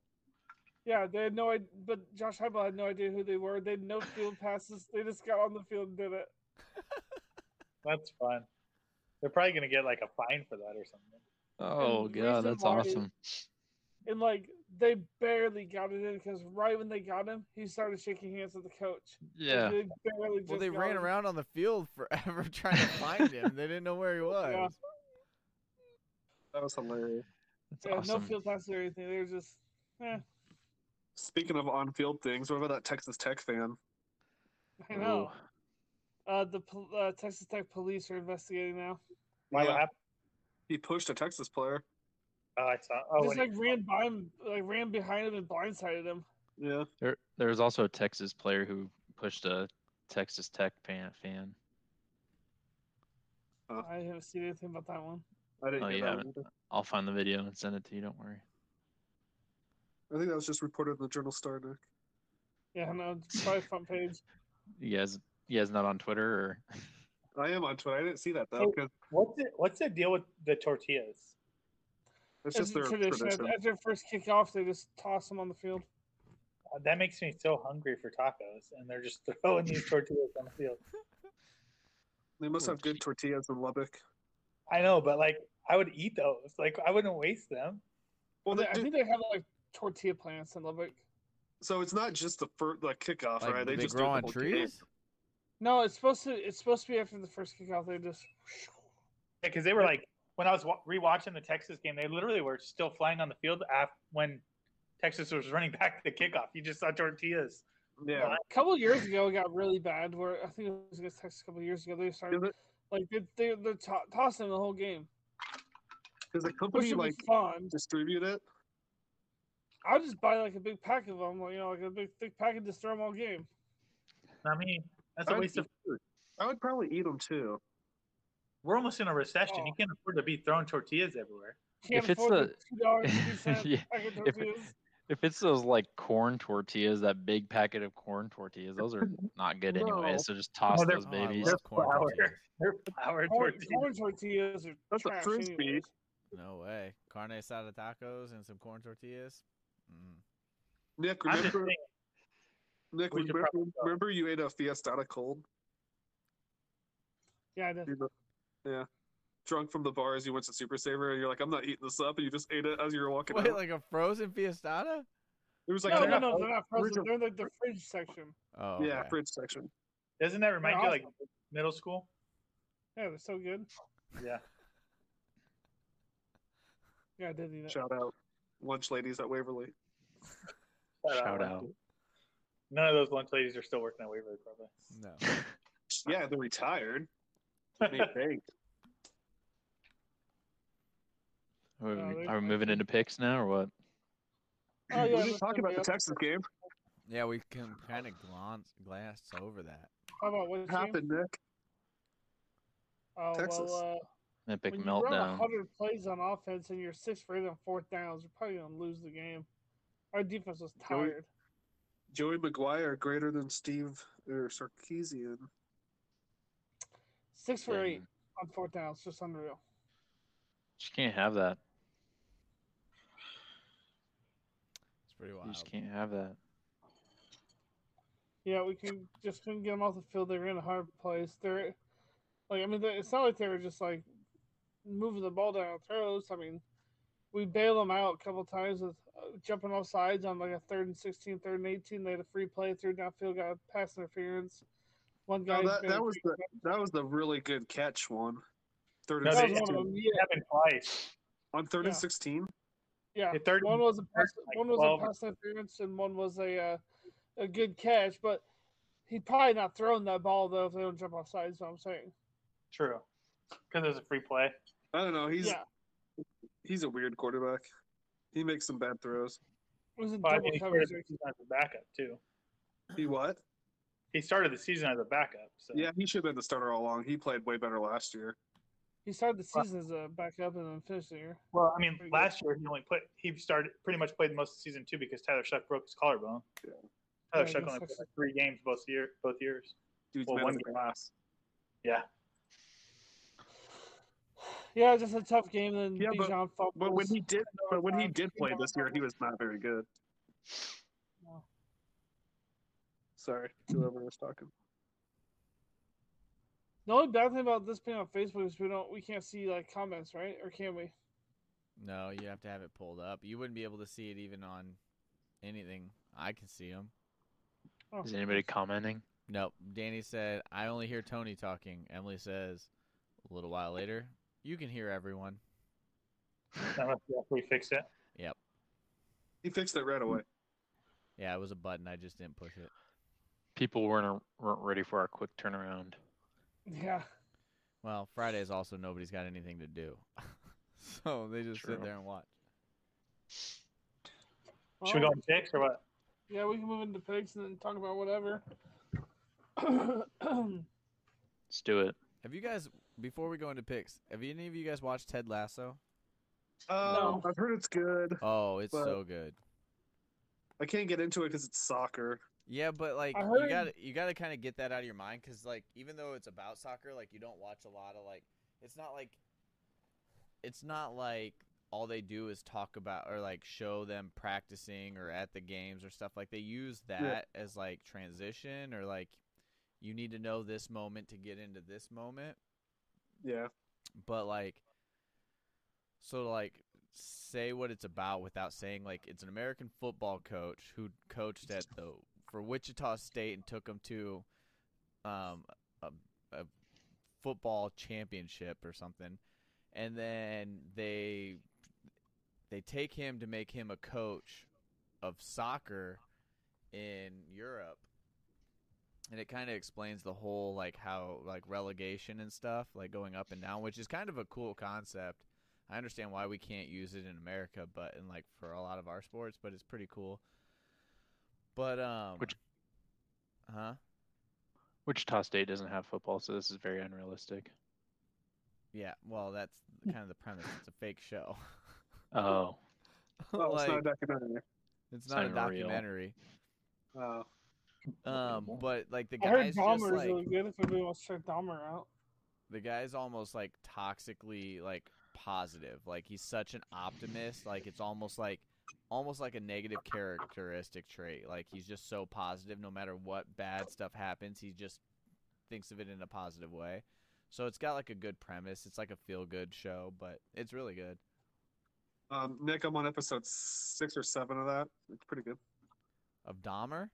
S8: Yeah, they had no idea. But Josh Heibel had no idea who they were. They had no field passes. They just got on the field and did it.
S4: That's fun. They're probably gonna get like a fine for that or something.
S7: Oh
S8: the
S7: god,
S8: reason
S7: that's
S8: why-
S7: awesome.
S8: And like they barely got it in because right when they got him, he started shaking hands with the coach. Like,
S7: Yeah.
S8: they
S1: Well,
S8: barely just
S1: they
S8: got
S1: ran
S8: him.
S1: around on the field forever trying to find him. They didn't know where he was.
S8: Yeah.
S6: That was hilarious.
S7: That's
S8: Yeah,
S7: awesome.
S8: no field passes or anything. They were just. Eh,
S6: Speaking of on-field things, what about that Texas Tech fan?
S8: I
S7: Ooh.
S8: know. Uh, the pol- uh, Texas Tech police are investigating now.
S4: Why would
S6: Yeah.
S4: happen?
S6: He pushed a Texas player.
S4: Oh, I saw. Oh,
S8: just
S4: when
S8: like
S4: he-
S8: ran by him, like ran behind him and blindsided him.
S6: Yeah.
S7: There there was also a Texas player who pushed a Texas Tech fan fan.
S6: Huh.
S8: I haven't seen anything about that one.
S6: I didn't
S7: Oh,
S6: hear
S7: you
S6: that.
S7: haven't?
S6: either.
S7: I'll find the video and send it to you, don't worry.
S6: I think that was just reported in the Journal Star Nick.
S8: Yeah, I know. It's probably front page.
S7: You guys you guys not on Twitter or
S6: I am on Twitter. I didn't see that though
S4: Oh.
S6: because
S4: what's the, what's the deal with the tortillas?
S8: It's,
S6: it's just
S8: a
S6: their
S8: tradition.
S6: tradition.
S8: After first kickoff, they just toss him on the field.
S4: Uh, that makes me so hungry for tacos, and they're just throwing these tortillas on the field.
S6: They must have good tortillas in Lubbock.
S4: I know, but like I would eat those. Like I wouldn't waste them.
S6: Well,
S8: They-
S6: they,
S8: I think they have like tortilla plants in Lubbock.
S6: so it's not just the first like kickoff,
S1: Like,
S6: right?
S1: they,
S6: just do
S1: grow
S6: it the
S1: on
S6: whole game.
S1: trees.
S8: No, it's supposed to. It's supposed to be after the first kickoff. They just.
S4: because they were like when I was wa- rewatching the Texas game, they literally were still flying on the field af when Texas was running back the kickoff. You just saw tortillas.
S6: Yeah,
S8: A couple of years ago, it got really bad. Where I think it was against Texas. A couple of years ago, they started
S6: Is it-
S8: like they they they're to- tossing the whole game,
S6: does the
S8: which
S6: company
S8: would
S6: like
S8: be fun.
S6: distribute it?
S8: I'll just buy like a big pack of them, like, you know, like a big thick pack and just throw them all game.
S4: I mean, that's a
S6: I'd
S4: waste of.
S6: eat- I would probably eat them too.
S4: We're almost in a recession. You
S8: Oh.
S4: can't afford to be throwing tortillas everywhere.
S8: Can't
S7: If it's
S8: afford
S7: the-
S8: two dollars yeah,
S7: Yeah, if it- if it's those like corn tortillas, that big packet of corn tortillas, those are not good anyway.
S6: No.
S7: So just toss
S4: they're-
S7: those
S1: Oh, I
S7: babies.
S1: love corn
S4: flower.
S1: tortillas.
S4: They're flour
S8: corn,
S4: tortillas.
S8: corn tortillas are
S6: That's a
S8: trash
S6: frisbee.
S8: anyways.
S1: No way. Carne asada tacos and some corn tortillas. Mm.
S6: Nick,
S4: I'm just
S6: remember,
S4: saying,
S6: Nick,
S4: we should
S6: remember,
S4: probably go.
S6: remember you ate a Fiesta cold?
S8: Yeah, I did.
S6: You know- Yeah. Drunk from the bars, you went to Super Saver, and you're like, "I'm not eating this up," and you just ate it as you were walking
S1: Wait,
S6: out.
S1: like a frozen fiestada?
S6: it was like,
S8: no,
S4: they're
S8: no,
S4: not
S8: no, they're not frozen.
S6: original-
S8: They're in, like the fridge section.
S1: Oh,
S6: yeah,
S1: okay.
S6: fridge section.
S4: doesn't that remind you
S8: They're
S4: like middle school?
S8: Yeah, they're so good.
S4: Yeah.
S8: Yeah, I did eat it.
S6: Shout out, lunch ladies at Waverly.
S7: Shout out.
S4: None of those lunch ladies are still working at Waverly, probably.
S1: no.
S6: Yeah, they're retired. They baked.
S7: Are
S8: No,
S7: we,
S8: they-
S7: are we moving into picks now or what?
S8: Oh, yeah,
S6: we
S8: that's
S6: didn't talk
S8: gonna
S6: about
S8: be
S6: the
S8: up.
S6: Texas game.
S1: Yeah, we can kind of glance glanced over that.
S8: How about what
S6: What
S8: happened?
S6: happened, Nick?
S8: Oh,
S6: Texas.
S8: well, uh,
S7: Epic
S8: when you run
S7: meltdown.
S8: 100 plays on offense and you're sixth for eight on fourth downs, you're probably going to lose the game. Our defense was
S6: Yeah, we-
S8: tired.
S6: Joey McGuire greater than Steve or Sarkeesian.
S8: Six for eight
S7: Dang.
S8: on fourth downs, just unreal.
S7: Just can't have that.
S1: It's pretty
S7: You
S1: wild.
S7: just can't have that.
S8: Yeah, we could just couldn't get them off the field. They were in a hard place. They're like, I mean, they- it's not like they were just like moving the ball down our throats. I mean, we bail them out a couple times with uh, jumping off sides on like a third and 16, third and 18. They had a free play through downfield, got a pass interference. One guy
S6: No, that,
S8: made a
S6: that was
S8: free-
S6: the that was the really good catch one. Third and
S4: No,
S8: that was
S6: 16.
S8: one of them. Yeah,
S4: It happened twice.
S6: on third and
S8: yeah.
S6: sixteen.
S8: yeah.
S4: The third
S8: one was a pass,
S4: like
S8: one was
S4: 12
S8: a pass interference and one was a uh, a good catch, but he'd probably not thrown that ball though if they don't jump off sides. Is what I'm saying.
S4: True. Because it was a free play.
S6: I don't know. He's
S8: yeah,
S6: he's a weird quarterback. He makes some bad throws.
S8: it was a
S4: But I
S8: double
S4: mean, he started
S8: coverage.
S4: the season as a backup, too.
S6: He what?
S4: He started the season as a backup. So.
S6: Yeah, he should have been the starter all along. He played way better last year.
S8: He started the season as a backup and then finished the year.
S4: Well, I mean,
S8: Pretty good.
S4: last year he only put he started pretty much played most of the season too because Tyler Shuck broke his collarbone.
S6: Yeah.
S4: Tyler
S8: Yeah,
S4: Shuck
S8: he
S4: only
S8: sucks.
S4: played like three games both year both years.
S6: Dude's
S4: Well,
S6: mad
S4: one
S6: as a
S4: game.
S6: glass.
S4: Yeah,
S8: Yeah, it was just a tough game. Then
S6: Yeah, but-
S8: Bijan fumbles.
S6: But when he did, but when he
S8: Um,
S6: did play
S8: Bijan
S6: this year, he was not very good.
S8: No.
S6: Sorry, whoever was talking.
S8: The only bad thing about this being on Facebook is we don't we can't see like comments, right? Or can we?
S1: No, you have to have it pulled up. You wouldn't be able to see it even on anything. I can see them.
S8: Oh.
S7: Is anybody commenting?
S1: Nope. Danny said, I only hear Tony talking. Emily says, a little while later, you can hear everyone.
S4: that must be after we fixed it.
S6: He fixed it right away.
S1: Yeah, it was a button. I just didn't push it.
S7: People weren't weren't ready for our quick turnaround.
S8: Yeah.
S1: Well, Fridays also nobody's got anything to do. so they just sit
S7: True.
S1: there and watch.
S4: Should we go
S8: Well,
S4: and fix or what?
S8: Yeah, we can move into pigs and then talk about whatever.
S7: Let's do it.
S1: Have you guys, before we go into picks, have any of you guys watched Ted Lasso?
S6: Um,
S8: No.
S6: I've heard it's good.
S1: Oh, it's
S6: But-
S1: so good.
S6: I can't get into it because it's soccer.
S1: Yeah, but like
S8: I
S1: you
S8: heard-
S1: got to you got to kind of get that out of your mind because like even though it's about soccer, like you don't watch a lot of like it's not like it's not like all they do is talk about or like show them practicing or at the games or stuff like they use that as like transition or like you need to know this moment to get into this moment
S6: Yeah,
S1: but like so to, like say what it's about without saying like it's an American football coach who coached at the for Wichita State and took them to um a, a football championship or something and then they they take him to make him a coach of soccer in Europe and it kind of explains the whole like how like relegation and stuff like going up and down which is kind of a cool concept i understand why we can't use it in america but and like for a lot of our sports but it's pretty cool but um
S7: Which-
S1: huh
S7: Wichita State doesn't have football, so this is very unrealistic.
S1: yeah well that's kind of the premise it's a fake show
S7: Oh,
S6: well, it's not a
S1: Like,
S6: documentary.
S1: it's
S7: it's
S1: not a
S7: not real.
S1: documentary
S6: Uh,
S1: um but like the
S8: I heard
S1: guys just
S8: Dahmer is
S1: like
S8: really good if anybody wants to check Dahmer out.
S1: the guy's almost like toxically like positive like he's such an optimist like it's almost like almost like a negative characteristic trait like he's just so positive no matter what bad stuff happens he just thinks of it in a positive way so it's got like a good premise it's like a feel good show but it's really good
S6: um, Nick, I'm on episode six or seven of that. It's pretty good.
S1: of dahmer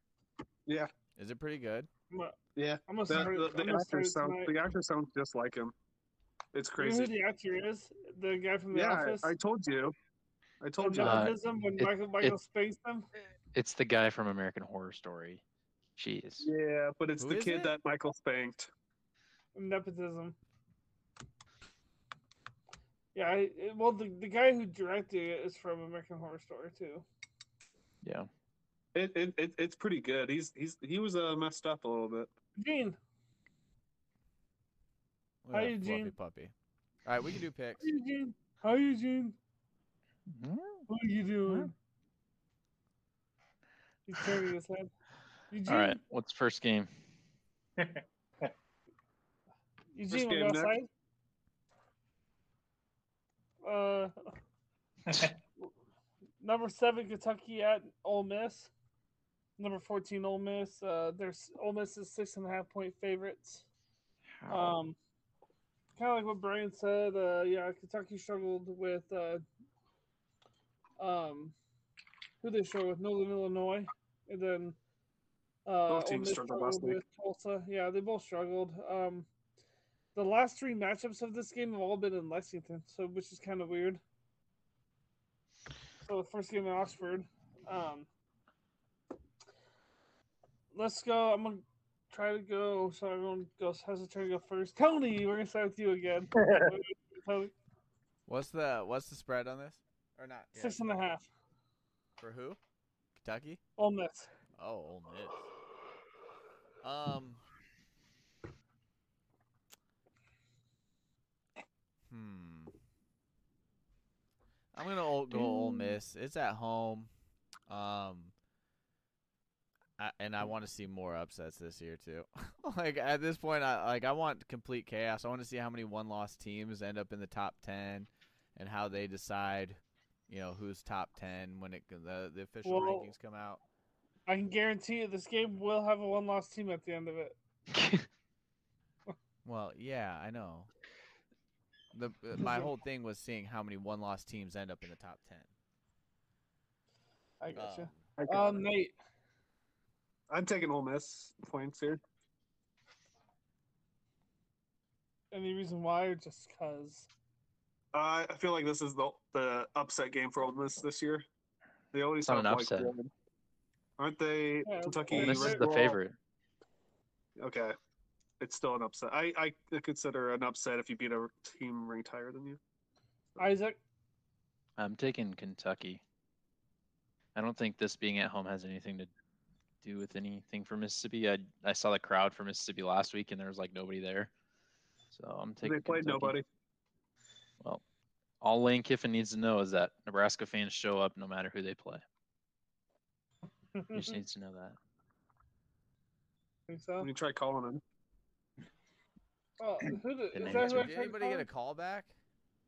S6: Yeah,
S1: is it pretty good
S8: I'm gonna-
S6: yeah.
S8: I'm gonna
S6: The,
S8: start.
S6: the,
S8: Oh, I'm
S6: the
S8: gonna
S6: actor
S8: start
S6: sounds
S8: tonight.
S6: the actor sounds just like him. It's
S8: You know who
S6: crazy.
S8: the actor is? The guy from The
S6: Yeah, I-
S8: Office.
S6: I told you. I told
S8: The
S6: you.
S7: Uh,
S8: nepotism when
S7: it-
S8: Michael Michael spaced him.
S7: it's the guy from American Horror Story. Jeez.
S6: Yeah, but it's
S1: Who
S6: the
S1: is
S6: kid
S1: it?
S6: that Michael spanked.
S8: Nepotism. Yeah, I, it- well, the, the guy who directed it is from American Horror Story too.
S7: Yeah.
S6: It, it, it it's pretty good. He's he's he was uh, messed up a little bit.
S8: Gene,
S1: Look at
S8: Hi,
S1: that fluffy
S8: Eugene.
S1: puppy all right we can do picks
S8: hi Eugene, hi Eugene,
S6: Mm-hmm.
S8: what are you doing? He's turning his head. Eugene,
S7: All right. What's first game?
S8: Eugene,
S6: game,
S8: we
S6: Nick.
S8: outside. Uh, number seven Kentucky at Ole Miss. Number fourteen Ole Miss. Uh, there's Ole Miss is six and a half point favorites. Um, kind of like what Brian said. Uh, yeah, Kentucky struggled with uh, um, who they start with Northern Illinois, and then uh,
S6: Both
S8: Ole
S6: teams
S8: Miss
S6: struggled
S8: struggled
S6: last week.
S8: with Tulsa. Yeah, they both struggled. Um, the last three matchups of this game have all been in Lexington, so which is kind of weird. So the first game in Oxford. Um, let's go. I'm gonna try to go. So everyone goes. Has a turn to go first. Tony, we're gonna start with you again. Tony,
S1: What's the what's the spread on this? Or not? yeah,
S8: Six and a
S1: Kentucky.
S8: half.
S1: For who? Kentucky?
S8: Ole Miss.
S1: Oh, Ole Miss. Um. Hmm. I'm gonna ol- go Ole Miss. It's at home. Um. I, and I want to see more upsets this year too. like at this point, I like I want complete chaos. I want to see how many one-loss teams end up in the top ten, and how they decide, you know, who's top ten when it the, the official
S8: Well,
S1: rankings come out.
S8: I can guarantee you this game will have a one loss team at the end of it.
S1: Well, yeah, I know. The uh, my whole thing was seeing how many one loss teams end up in the top ten.
S8: I gotcha.
S1: Um,
S6: I got
S8: Um,
S6: it.
S8: Nate,
S6: I'm taking Ole Miss points here.
S8: any reason why or just cause?
S6: I I feel like this is the the upset game for Ole Miss this year. They always
S7: It's not
S6: have
S7: an
S6: like
S7: upset.
S6: one. aren't they?
S8: Yeah,
S6: Kentucky.
S7: Ole Miss is
S6: Red
S7: the
S6: Bull?
S7: favorite.
S6: Okay, it's still an upset. I I consider an upset if you beat a team ranked higher than you.
S8: Isaac,
S7: I'm taking Kentucky. I don't think this being at home has anything to do with anything for Mississippi. I I saw the crowd for Mississippi last week, and there was like nobody there. So I'm taking.
S6: they played
S7: Kentucky.
S6: nobody.
S7: All Lane Kiffin needs to know is that Nebraska fans show up no matter who they play. He
S6: Mm-hmm.
S7: just
S8: think
S7: needs to know that.
S8: so?
S6: When you try calling them,
S8: Oh, who the,
S7: Didn't
S8: is that who
S7: answer.
S8: I Oh.
S1: Did
S8: tried to
S1: anybody
S8: call?
S1: get a call back?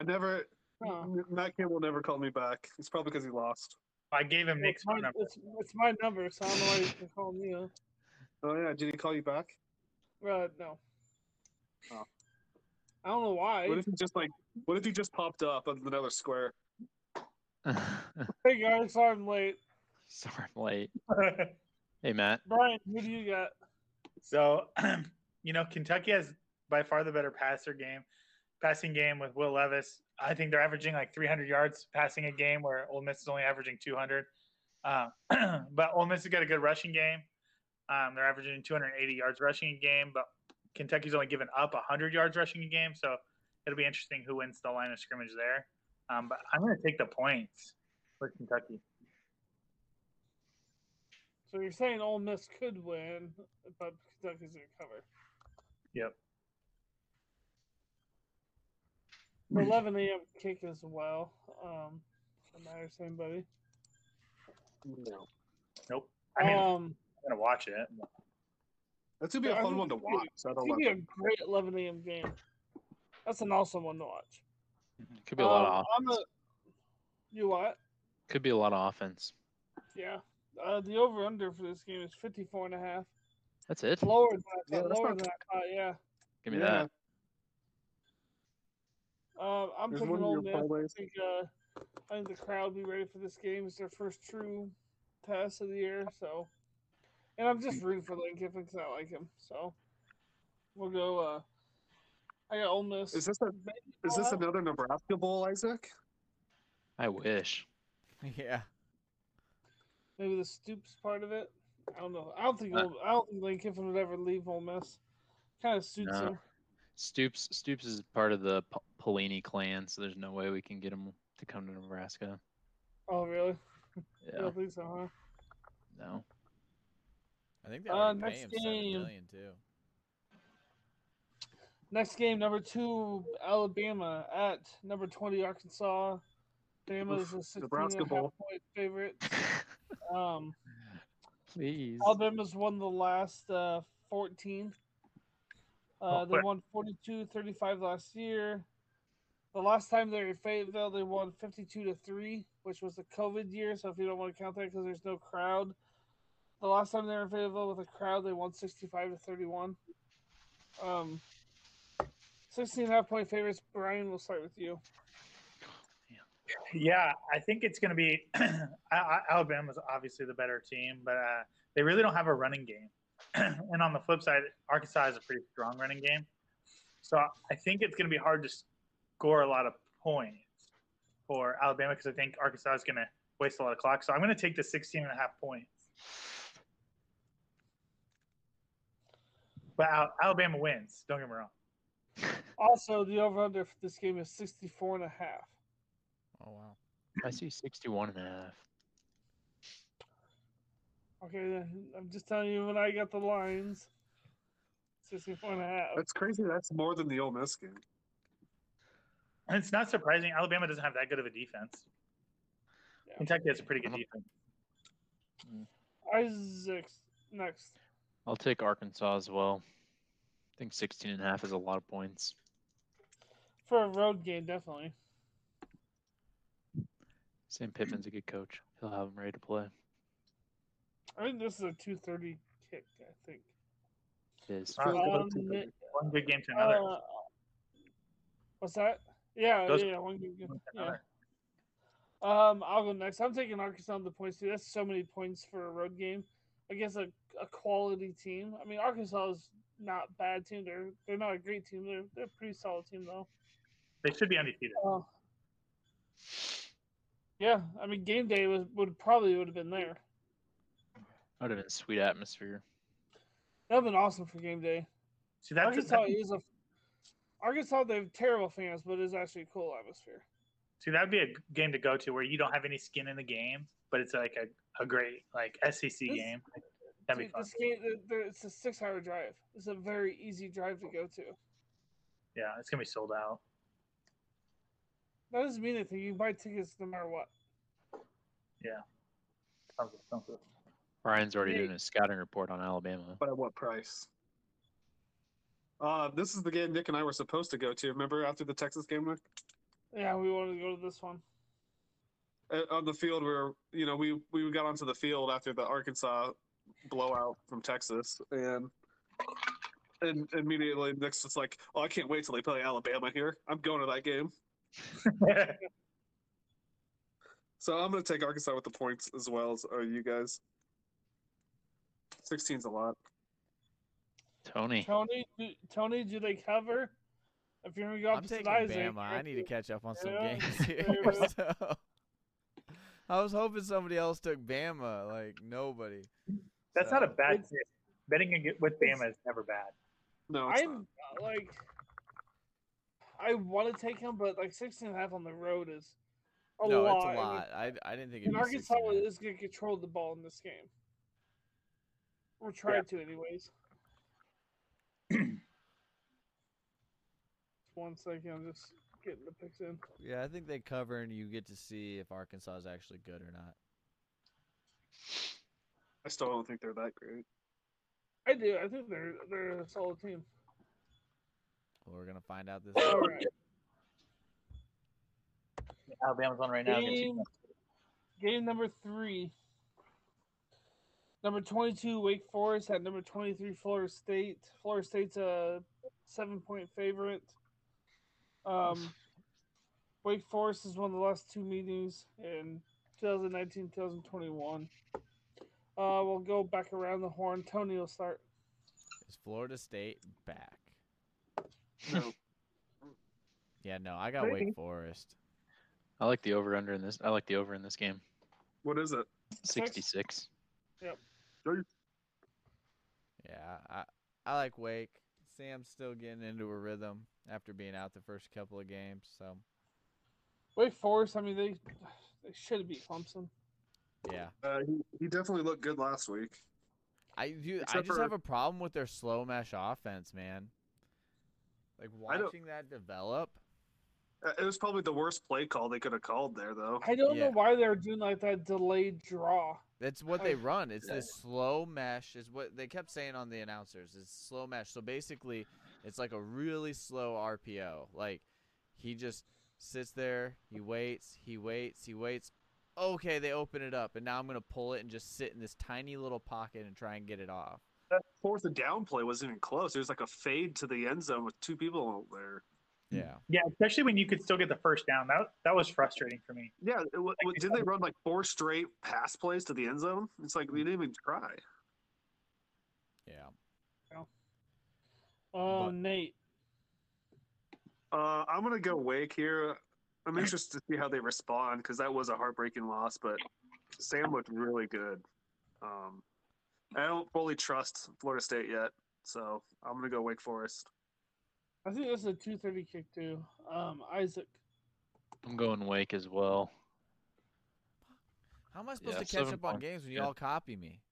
S6: I never.
S8: Huh.
S6: M- Matt Campbell never called me back. It's probably because he lost.
S4: I gave him
S8: Well, it's,
S4: Nick's
S8: my,
S4: phone number.
S8: it's, it's my number, so I don't know why you're calling me. Huh?
S6: Oh yeah, did he call you back?
S8: Right, no.
S6: Oh.
S8: I don't know why.
S6: What if he just like? What if he just popped up on another square?
S8: Hey guys, sorry I'm late.
S7: Sorry I'm late. Hey Matt.
S8: Brian, who do you got?
S4: so, you know, Kentucky has by far the better passer game, passing game with Will Levis. I think they're averaging like 300 yards passing a game, where Ole Miss is only averaging 200. Uh, but Ole Miss has got a good rushing game. Um, they're averaging 280 yards rushing a game, but Kentucky's only given up 100 yards rushing a game. So it'll be interesting who wins the line of scrimmage there. Um, but I'm going to take the points for Kentucky.
S8: So you're saying Ole Miss could win, but Kentucky's gonna cover.
S4: Yep.
S8: The 11 a.m. kick as well. Um, doesn't matter to anybody.
S6: No,
S4: Nope. I mean,
S8: um,
S4: I'm going to watch it.
S6: that's gonna be
S8: Yeah, I
S6: a fun
S8: think
S6: one to
S8: it's gonna
S6: watch.
S8: be-
S6: I
S8: it's
S6: don't
S8: gonna be
S6: know.
S8: a great 11 a.m. game. That's an awesome one to watch.
S7: Could be a lot
S8: Um,
S7: of
S8: I'm
S7: offense.
S8: a- you what?
S7: Could be a lot of offense.
S8: Yeah. Uh, the over under for this game is 54 and a half.
S7: That's it.
S8: Lower than I
S6: Yeah,
S8: thought.
S6: that's
S8: lower
S6: not-
S8: than I thought. Yeah.
S7: Give me
S6: Yeah.
S7: that.
S8: Um, I'm
S6: There's
S8: picking
S6: one
S8: Ole
S6: of
S8: Miss.
S6: your parlays.
S8: I think, uh, I think the crowd will be ready for this game. It's their first true test of the year, so. And I'm just rooting for Lane Kiffin because I like him, so. We'll go. Uh, I got Ole Miss.
S6: Is this a, is this
S8: Ohio?
S6: another Nebraska bowl, Isaac?
S7: I wish.
S1: yeah.
S8: Maybe the Stoops part of it. I don't know. I don't think
S7: Uh,
S8: Ole, I don't think Lane Kiffin would ever leave Ole Miss. Kind of suits
S7: No.
S8: him.
S7: Stoops Stoops is part of the P- Pelini clan, so there's no way we can get him to come to Nebraska.
S8: Oh, really? I
S7: Yeah.
S8: don't think so, huh?
S7: No.
S1: I think they
S8: Uh,
S1: already
S8: next
S1: pay him seven
S8: game.
S1: million too.
S8: Next game, number two, Alabama at number twenty, Arkansas. Bama's
S6: Oof,
S8: a sixteen and a
S6: Nebraska
S8: half
S6: Bowl.
S8: point favorite. Um,
S7: Please.
S8: Alabama's won the last uh, fourteen. Uh, they
S4: What?
S8: won 42-35 last year. The last time they were in Fayetteville, they won fifty-two to three, which was the COVID year. So if you don't want to count that because there's no crowd, the last time they were in Fayetteville with a crowd, they won 65 to 31. Um, 16 and a half point favorites. Brian, we'll start with you.
S4: Yeah, I think it's going to be I- I- Alabama's obviously the better team, but uh, they really don't have a running game. and on the flip side, Arkansas has a pretty strong running game. So I think it's going to be hard to score a lot of points for Alabama because I think Arkansas is going to waste a lot of clock. So I'm going to take the 16 and a half points. But Al- Alabama wins. Don't get me wrong.
S8: Also, the over under for this game is 64 and a half.
S1: Oh wow.
S7: I see 61 and a half.
S8: Okay, then, I'm just telling you when I got the lines 64 and a half.
S6: That's crazy. That's more than the Ole Miss game.
S4: And it's not surprising. Alabama doesn't have that good of a defense.
S8: Yeah.
S4: Kentucky has a pretty good defense.
S8: Isaac's next.
S7: I'll take Arkansas as well. I think 16 and a half is a lot of points.
S8: For a road game, definitely.
S7: Sam Pittman's a good coach. He'll have them ready to play.
S8: I think this is a 230 kick, I think.
S7: It is.
S4: Wow. Sounds
S8: Um,
S4: One good game to another.
S8: uh, what's that? Yeah,
S4: Goes-
S8: yeah, one good,
S4: One to
S8: yeah.
S4: another.
S8: Um, I'll go next. I'm taking Arkansas on the points too. That's so many points for a road game against a, a quality team. I mean, Arkansas is not a bad team. They're they're not a great team. They're they're a pretty solid team though.
S4: They should be undefeated.
S8: Uh, yeah, I mean, game day was would probably would have been there.
S7: That would have been a sweet atmosphere.
S8: That'd have been awesome for game day.
S4: See, that's
S8: Arkansas is a Arkansas. They have terrible fans, but it's actually a cool atmosphere.
S4: see that'd be a g- game to go to where you don't have any skin in the game, but it's like a, a great like SEC
S8: This-
S4: game. Like, That'd be
S8: Dude,
S4: fun.
S8: This game, there- there- it's a six-hour drive. It's a very easy drive to go to.
S4: Yeah, it's gonna be sold out.
S8: That doesn't mean anything. You can buy tickets no matter what.
S4: Sounds good, sounds good.
S7: Brian's already
S8: Hey.
S7: doing a scouting report on Alabama.
S6: But at what price? Uh, this is the game Nick and I were supposed to go to. Remember after the Texas game, Nick?
S8: Yeah, we wanted to go to this one.
S6: Uh, on the field where you know we we got onto the field after the Arkansas blowout from Texas, and and immediately Nick's just like, "Oh, I can't wait till they play Alabama here. I'm going to that game." So I'm going to take Arkansas with the points as well as uh, you guys. 16's a lot.
S7: Tony,
S8: Tony, do- Tony, do they cover? If you're gonna go
S1: I'm
S8: up
S1: taking
S8: to Isaac,
S1: Bama. I need to
S8: catch.
S1: catch up on some
S8: Yeah,
S1: games here.
S8: yeah.
S1: so- I was hoping somebody else took Bama, like nobody.
S4: That's
S1: So-
S4: not a bad
S8: It's-
S4: thing. Betting ag- with Bama is never bad.
S6: No, it's not.
S8: I'm uh, like, I want to take him, but like 16 and a half on the road is a
S1: no,
S8: lot.
S1: it's a
S8: And
S1: lot. I, I didn't think it
S8: And
S1: was
S8: Arkansas is going to control the ball in this game. Or try
S4: Yeah.
S8: to, anyways. One second, I'm just getting the picks in.
S1: Yeah, I think they cover and you get to see if Arkansas is actually good or not.
S6: I still don't think they're that great.
S8: I do. I think they're they're a solid team.
S1: Well, we're gonna find out this.
S8: All right.
S4: Alabama's on right now. against-
S8: Game, game number three. Number 22, Wake Forest at number 23, Florida State. Florida State's a seven point favorite. Um, Wake Forest has won the last two meetings in 2019 2021. Uh, we'll go back around the horn. Tony will start.
S1: Is Florida State back?
S6: No.
S1: Yeah, no, I got
S4: Maybe.
S1: Wake Forest.
S7: I like the over under in this. I like the over in this game.
S6: what is it?
S7: 66.
S1: Yeah, I I like Wake. Sam's still getting into a rhythm after being out the first couple of games, so
S8: Wake Forest, I mean, they, they should beat Clemson.
S1: yeah.
S6: Uh, he, he definitely looked good last week.
S1: I do. I
S6: Except
S1: just have
S6: for-
S1: a problem with their slow mesh offense, man. Like
S6: I don't-
S1: watching that develop.
S6: Uh, It was probably the worst play call they could have called there, though.
S8: I don't
S1: Yeah.
S8: know why they're doing like that delayed draw.
S1: That's what
S8: I-
S1: they run. It's
S7: Yeah.
S1: this slow mesh. Is what they kept saying on the announcers. It's slow mesh. So basically, it's like a really slow RPO. Like he just sits there. He waits. He waits. He waits. Okay, they open it up, and now I'm gonna pull it and just sit in this tiny little pocket and try and get it off.
S6: That fourth and down play wasn't even close. It was like a fade to the end zone with two people there.
S1: Yeah.
S4: Yeah, especially when you could still get the first down. That that was frustrating for me.
S6: Yeah, it, w- w- did they run like four straight pass plays to the end zone? It's like we didn't even try.
S1: Yeah.
S8: Oh,
S1: But-
S8: Um, Nate.
S6: Uh, I'm gonna go Wake here. I'm interested to see how they respond because that was a heartbreaking loss, but Sam looked really good. Um, I don't fully trust Florida State yet, so I'm gonna go Wake Forest.
S8: I think this is a two thirty kick too. Um, Isaac.
S7: I'm going Wake as well.
S1: How am I supposed to
S7: Yeah,
S1: catch
S7: seven
S1: up on
S7: points.
S1: games when you
S7: Yeah.
S1: all copy me?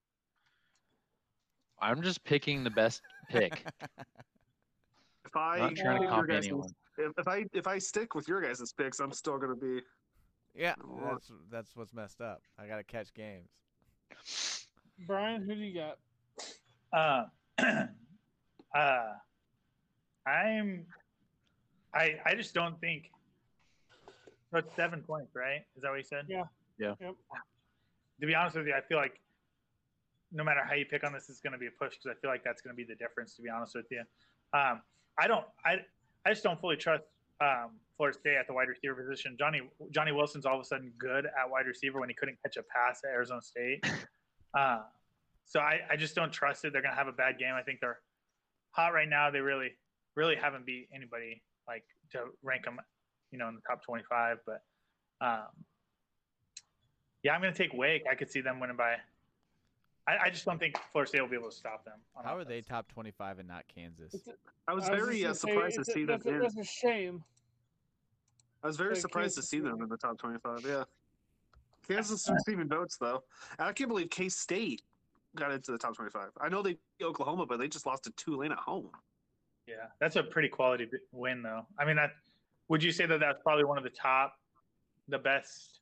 S7: I'm just picking the best pick.
S6: If I
S7: I'm not trying to
S6: pick your
S7: copy
S6: guys'
S7: anyone.
S6: if, if I if I stick with your guys' picks, I'm still gonna be.
S1: yeah,
S6: Lord.
S1: that's that's what's messed up. I gotta catch games.
S8: Brian, who do you got?
S4: Uh, uh, I'm. I I just don't think. That's seven points, right? Is that what you said?
S8: Yeah.
S7: Yeah.
S8: Yep.
S4: To be honest with you, I feel like no matter how you pick on this, it's going to be a push because I feel like that's going to be the difference. To be honest with you, um, I don't. I I just don't fully trust um, Florida State at the wide receiver position. Johnny Johnny Wilson's all of a sudden good at wide receiver when he couldn't catch a pass at Arizona State. Uh, so I, I just don't trust it. They're gonna have a bad game. I think they're hot right now. They really really haven't beat anybody like to rank them, you know, in the top twenty five. But um, yeah, I'm gonna take Wake. I could see them winning by. I, I just don't think Florida State will be able to stop them. on
S1: How are they
S4: offense.
S1: top twenty five and not Kansas?
S8: It's-
S6: I was
S8: I was
S6: very uh,
S8: just gonna say,
S6: surprised to
S8: it's a-
S6: see them.
S8: that's a-
S6: in.
S8: That's a shame.
S6: I was very
S8: so
S6: surprised to
S8: Kansas
S6: see them
S8: City.
S6: in the top 25. Yeah, Kansas is receiving votes though. And I can't believe K State got into the top 25. I know they beat Oklahoma, but they just lost to Tulane at home.
S4: Yeah, that's a pretty quality b- win, though. I mean, that would you say that that's probably one of the top, the best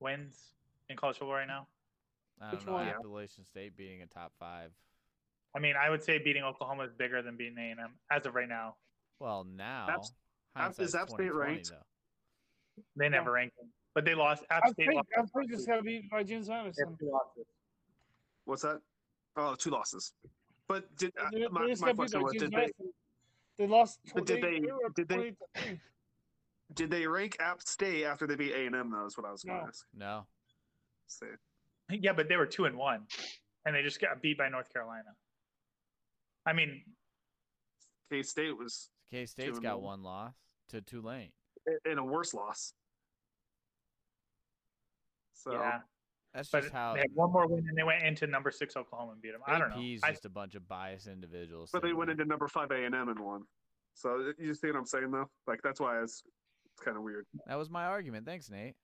S4: wins in college football right now?
S1: I don't
S8: Which
S1: know.
S8: one?
S1: Appalachian State beating a top five.
S4: I mean, I would say beating Oklahoma is bigger than beating A and M as of right now.
S1: Well, now
S6: App- is
S1: hindsight's
S6: App State
S1: 20/20
S6: ranked?
S1: though.
S4: They never ranked them, but they lost. App
S8: I
S4: State
S8: think
S4: lost.
S8: I think it's gonna be by James
S4: They have
S8: Madison.
S4: two losses.
S6: What's that? Oh, two losses. But did uh,
S8: They- they
S6: my,
S8: just
S6: my
S8: got beat by
S6: question was
S8: James
S6: did they
S8: Madison. They lost.
S6: But did they-
S8: were up
S6: did they-
S8: 20 to three.
S6: did they rank App State after they beat A and M? Though is what I was going to
S8: No.
S6: ask.
S1: No.
S6: See.
S4: Yeah, but they were two and one, and they just got beat by North Carolina. I mean,
S6: K State was
S1: K State's
S6: and
S1: got
S6: one.
S1: one loss to Tulane.
S6: i- in a worse loss. So
S4: yeah,
S1: That's
S4: but
S1: just how
S4: they had one more win, and they went into number six Oklahoma and beat them. I don't know.
S1: AP's
S4: I,
S1: just a bunch of biased individuals.
S6: But they
S1: sitting
S6: went
S1: there.
S6: into number five A and M and won. So you see what I'm saying though? Like that's why it's, it's kind of weird.
S1: That was my argument. Thanks, Nate,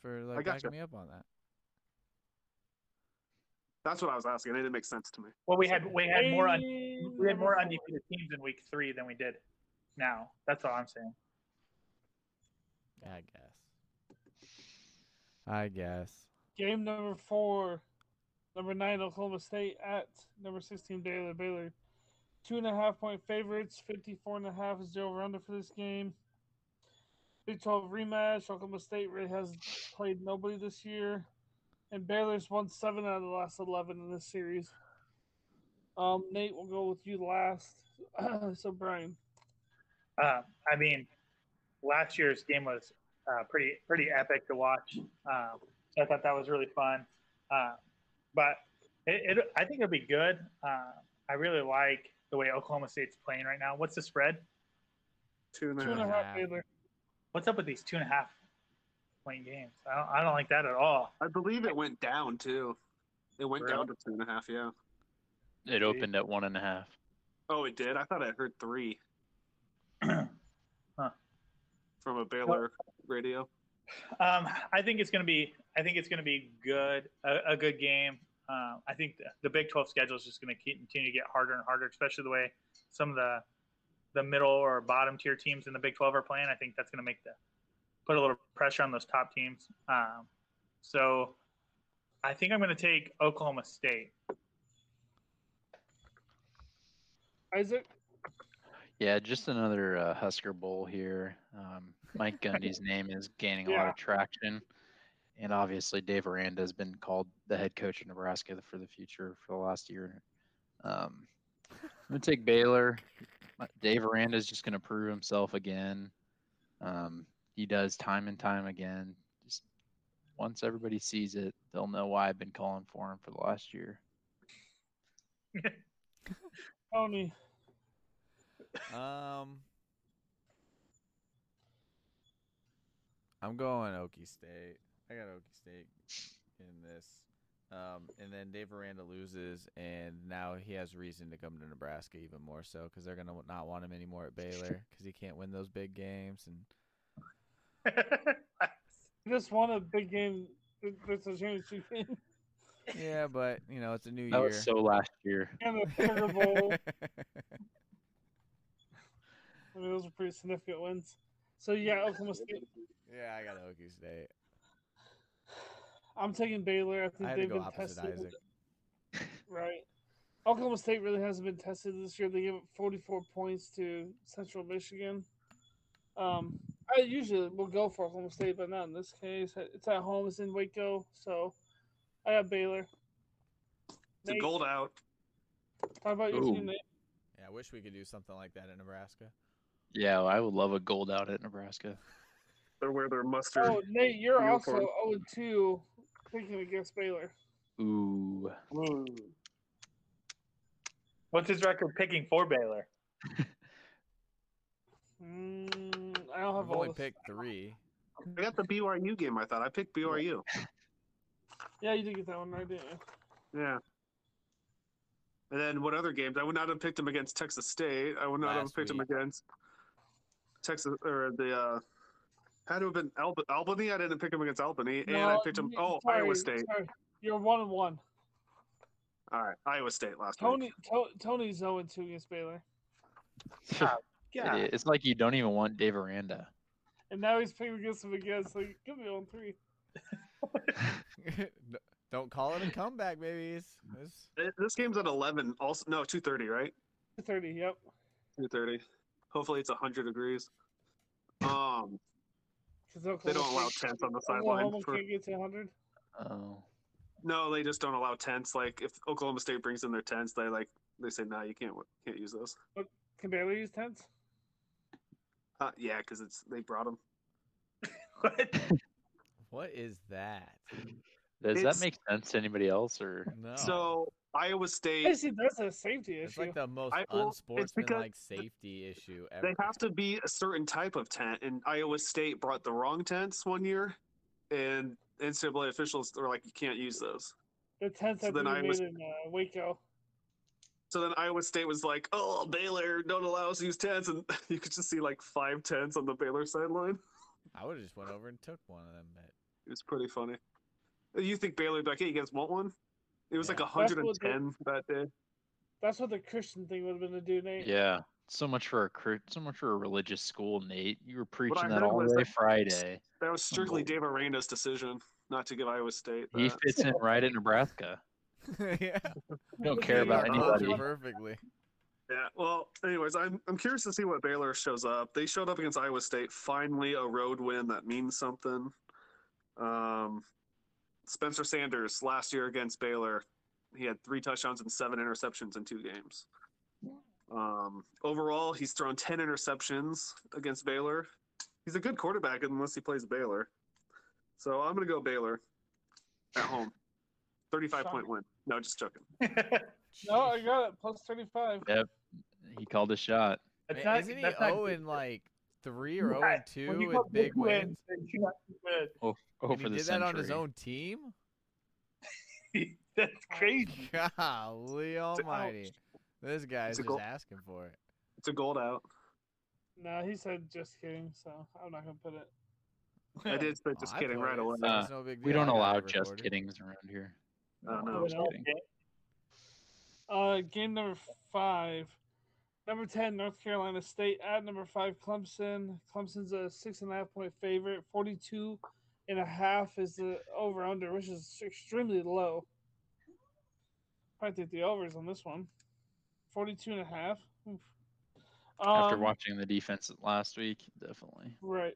S1: for like
S6: gotcha.
S1: backing me up on that.
S6: That's what I was asking. It didn't make sense to me.
S4: well, we had we had more on We had
S8: Number
S4: more
S8: four.
S4: undefeated teams in week three than we did now. That's all I'm saying.
S1: I guess. I guess.
S8: Game number four, number nine Oklahoma State at number sixteen Baylor. Baylor, two and a half point favorites. Fifty-four and a half is the over under for this game. Big Twelve rematch. Oklahoma State really has played nobody this year, and Baylor's won seven out of the last eleven in this series. Um, Nate, we'll go with you last. so Brian,
S4: Uh, I mean, last year's game was uh, pretty pretty epic to watch. Um, so I thought that was really fun. Uh, but it, it, I think it'll be good. Uh, I really like the way Oklahoma State's playing right now. What's the spread?
S6: Two and a
S8: two
S6: half.
S8: and a half Baylor.
S4: What's up with these two and a half point games? I don't, I don't like that at all.
S6: I believe it went down too. It went
S4: Really?
S6: down to two and a half. Yeah.
S7: It opened at one and a half.
S6: Oh, it did. I thought I heard three from a Baylor radio.
S4: Um, I think it's going to be. I think it's going to be good. A, a good game. Uh, I think the, the Big 12 schedule is just going to continue to get harder and harder, especially the way some of the the middle or bottom tier teams in the Big 12 are playing. I think that's going to make the put a little pressure on those top teams. Um, so I think I'm going to take Oklahoma State.
S8: Isaac,
S7: Yeah, just another uh, Husker Bowl here. Um, Mike Gundy's name is gaining a lot
S8: Yeah.
S7: of traction, and obviously Dave Aranda has been called the head coach of Nebraska for the future for the last year. Um, I'm gonna take Baylor. Dave Aranda is just going to prove himself again. Um, he does time and time again. Just once everybody sees it, they'll know why I've been calling for him for the last year.
S8: Tony,
S1: Um, I'm going Okie State. I got Okie State in this. Um, and then Dave Aranda loses, and now he has reason to come to Nebraska even more so because they're gonna not want him anymore at Baylor because he can't win those big games. And
S8: you just won a big game. It- It's a championship game
S1: yeah, but you know it's a new
S7: That
S1: year.
S7: was so last year.
S8: and a Sugar Bowl. I mean, those are pretty significant wins. So yeah, Oklahoma State.
S1: yeah, I got Okie State.
S8: I'm taking Baylor. I think
S1: I had to
S8: they've
S1: go
S8: been
S1: opposite
S8: tested.
S1: Isaac.
S8: Right. Oklahoma State really hasn't been tested this year. They gave up 44 points to Central Michigan. Um, I usually will go for Oklahoma State, but not in this case. It's at home. It's in Waco, so I got Baylor.
S6: The
S8: Nate,
S6: gold out.
S8: Talk about your
S7: Ooh.
S8: team, Nate.
S1: Yeah, I wish we could do something like that in Nebraska.
S7: Yeah, I would love a gold out at Nebraska.
S6: They're where they're mustard.
S8: Oh, Nate, you're
S6: Go
S8: also
S6: for it.
S8: 0-2 picking against Baylor.
S7: Ooh.
S8: Oh.
S4: What's his record picking for Baylor?
S8: Mm, I don't have
S1: I've
S8: all
S1: only
S8: this.
S1: picked three.
S6: I got the BYU game. I thought I picked BYU.
S8: Yeah, you did get that one right, didn't you?
S6: Yeah. And then what other games? I would not have picked him against Texas State. I would not have
S1: Last
S6: picked him
S1: week.
S6: against Texas or the. uh Had to have been Alb- Albany. I didn't pick him against Albany, and I
S8: No,
S6: picked him.
S8: you-
S6: Oh,
S8: sorry,
S6: Iowa State.
S8: sorry. You're one and one.
S6: All right, Iowa State last
S8: Tony
S6: week.
S8: to, Tony's 0 2 against Baylor.
S7: Idiot. It's like you don't even want Dave Aranda.
S8: And now he's playing against him again, so give me on three.
S1: No- Don't call it a comeback, babies. It's-
S6: Th- This game's at eleven. Also, no, two thirty, right?
S8: 30, yep.
S6: Two thirty. Hopefully, it's hundred degrees. Um,
S8: Because
S6: they don't allow tents on the sideline.
S8: Oklahoma
S6: For,
S8: can't get to 100.
S7: Oh.
S6: no, they just don't allow tents. Like if Oklahoma State brings in their tents, they like they say, "No, you can't w- can't use those."
S8: Can Baylor use tents?
S6: Uh, yeah, because it's they brought them.
S1: What is that?
S7: Does
S6: It's-
S7: that make sense to anybody else or
S1: No.
S6: So Iowa
S8: I
S6: State,
S8: see that's a safety
S1: it's
S8: issue.
S1: like the most
S6: I- well, it's because
S1: unsportsmanlike safety issue ever.
S6: they have to be a certain type of tent, and Iowa State brought the wrong tents one year, and NCAA officials were like, "You can't use those."
S8: the tents
S6: so
S8: have to
S6: then
S8: be
S6: I
S8: made
S6: was-
S8: in uh, Waco.
S6: So then Iowa State was like, "Oh, Baylor don't allow us to use tents," and you could just see like five tents on the Baylor sideline.
S1: I would have just went over and took one of them. But
S6: It was pretty funny. You think Baylor like, "Hey, you guys want one?" It was like
S1: Yeah.
S8: That's what they-
S6: 110 that day.
S8: That's what the Christian thing would have been to do, Nate.
S7: Yeah. So much for a cri- so much for a religious school, Nate. You were preaching that
S6: heard
S7: all
S6: was
S7: day
S6: that-
S7: Friday.
S6: That was strictly Dave Aranda's decision not to give Iowa State.
S7: He
S1: uh,
S6: that.
S7: fits in right at Nebraska.
S1: yeah,
S7: Don't care about
S1: It
S8: "Oh,
S7: anybody.
S1: worked perfectly.
S6: Yeah. Well, anyways, I'm I'm curious to see what Baylor shows up. They showed up against Iowa State. Finally, a road win that means something. Um, Spencer Sanders last year against Baylor, he had three touchdowns and seven interceptions in two games. Um, overall, he's thrown ten interceptions against Baylor. He's a good quarterback unless he plays Baylor. So I'm gonna go Baylor at home. Thirty-five point win. No, just joking.
S8: No, I got it. Plus 35.
S7: He called a
S1: Man,
S7: shot.
S4: That's not-
S1: isn't he
S4: that's not-
S1: zero and like three or zero
S4: Right.
S1: and two
S4: when you
S1: with
S4: go
S1: big
S4: big wins,
S1: wins?
S4: then you got big
S7: Oh,
S1: and he
S7: for the
S1: did
S7: century.
S1: that on his own team.
S4: wins. That's
S1: Oh,
S4: crazy.
S1: Golly Almighty! This guy's
S6: It's a
S1: just
S6: goal.
S1: asking for it.
S6: It's a gold out.
S8: No, he said just kidding, so I'm not going to put it.
S6: I did say just
S1: Oh, I
S6: kidding
S1: put
S6: right
S1: it,
S6: away.
S1: so it's no big
S7: We
S1: deal.
S7: don't
S1: I got
S7: allow
S1: it
S7: just
S1: recorded.
S7: kiddings around here. We
S6: Oh,
S7: don't
S6: no.
S7: allow just
S8: Okay.
S7: kidding.
S8: Uh, game number five. Number ten, North Carolina State at number five, Clemson. Clemson's a six and a half point favorite. Forty-two and a half is the over under, which is extremely low. I think the overs on this one. Forty-two and a half. Oof.
S7: After
S8: Um,
S7: watching the defense last week, definitely.
S8: Right.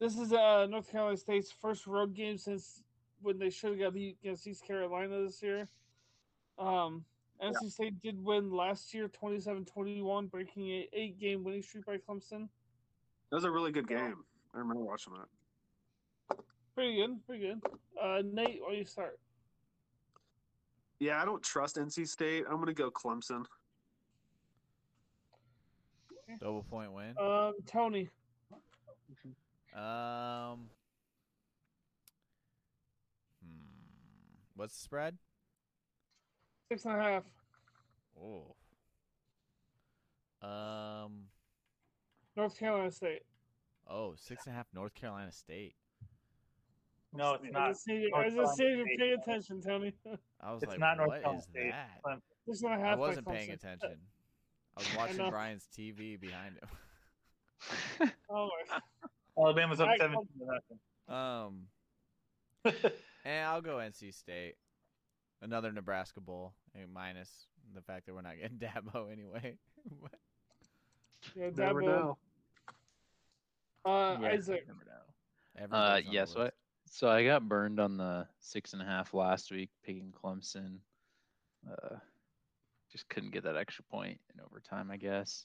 S8: This is uh, North Carolina State's first road game since when they should have got beat against East Carolina this year. Um, NC State did win last year 27 21, breaking a eight game winning streak by Clemson.
S6: That was a really good game. I remember watching that.
S8: Pretty good, pretty good. Uh, Nate, why do you start?
S6: Yeah, I don't trust NC State. I'm gonna go Clemson.
S1: Double point win.
S8: Um, Tony,
S1: Um. Hmm. What's the spread?
S8: six and a half.
S1: Oh. Um.
S8: North Carolina State.
S1: Oh, six and a half. North Carolina State.
S4: No, it's
S8: I
S4: not.
S8: just need,
S4: North
S8: I just need
S4: Carolina
S8: to pay attention, Tony.
S1: I was
S4: It's
S1: like,
S4: not North
S1: what
S4: Carolina
S1: is
S4: State.
S1: that?
S4: Clemson.
S8: Six and a half.
S1: I
S8: by
S1: wasn't paying
S8: Clemson.
S1: attention. I was watching
S8: know.
S1: Brian's TV behind him. Uh,
S8: Oh, my.
S4: Alabama's up
S8: I-
S4: 17 to nothing.
S1: Um. And I'll go NC State. Another Nebraska bowl, and minus the fact that we're not getting Dabo anyway. But-
S8: Yeah,
S6: Never
S8: Dabo.
S6: know.
S8: Uh,
S7: Yeah,
S8: Isaac.
S7: never know. Uh,
S1: Everybody's on the
S7: yeah, so I,
S1: list.
S7: so I got burned on the six and a half last week picking Clemson. Uh, just couldn't get that extra point in overtime, I guess.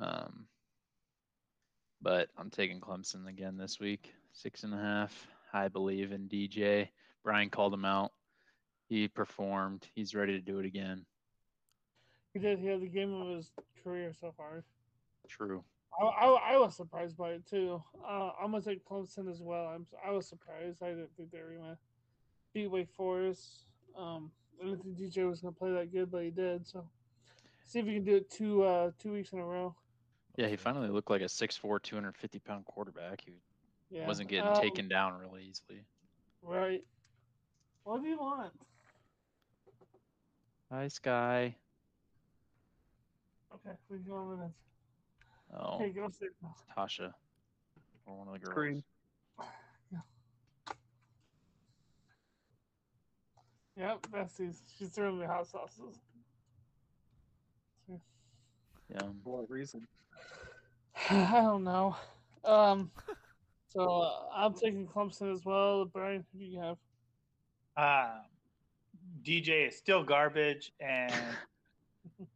S7: Um, but I'm taking Clemson again this week, six and a half. I believe in DJ. Brian called him out. He performed. He's ready to do it again.
S8: He did. He had the game of his career so far.
S7: True.
S8: I, I, I was surprised by it too. Uh, I'm gonna take Clemson as well. I'm I was surprised. I didn't think they were gonna beat Wake Forest. Um, I didn't think DJ was gonna play that good, but he did. So see if we can do it two uh two weeks in a row.
S7: Yeah, he finally looked like a 6'4", 250 pound quarterback. He
S8: Yeah,
S7: wasn't getting
S8: Um,
S7: taken down really easily.
S8: Right. What do you want?
S7: Hi, Sky.
S8: Okay, we can go on minutes.
S7: Oh.
S8: Hey, go sit.
S7: Tasha, or one of the girls.
S6: Green.
S8: Yep, besties. She's throwing me hot sauces.
S7: Yeah.
S6: For what reason?
S8: I don't know. Um, so uh, I'm taking Clemson as well. Brian, who do you have?
S4: Uh, DJ is still garbage, and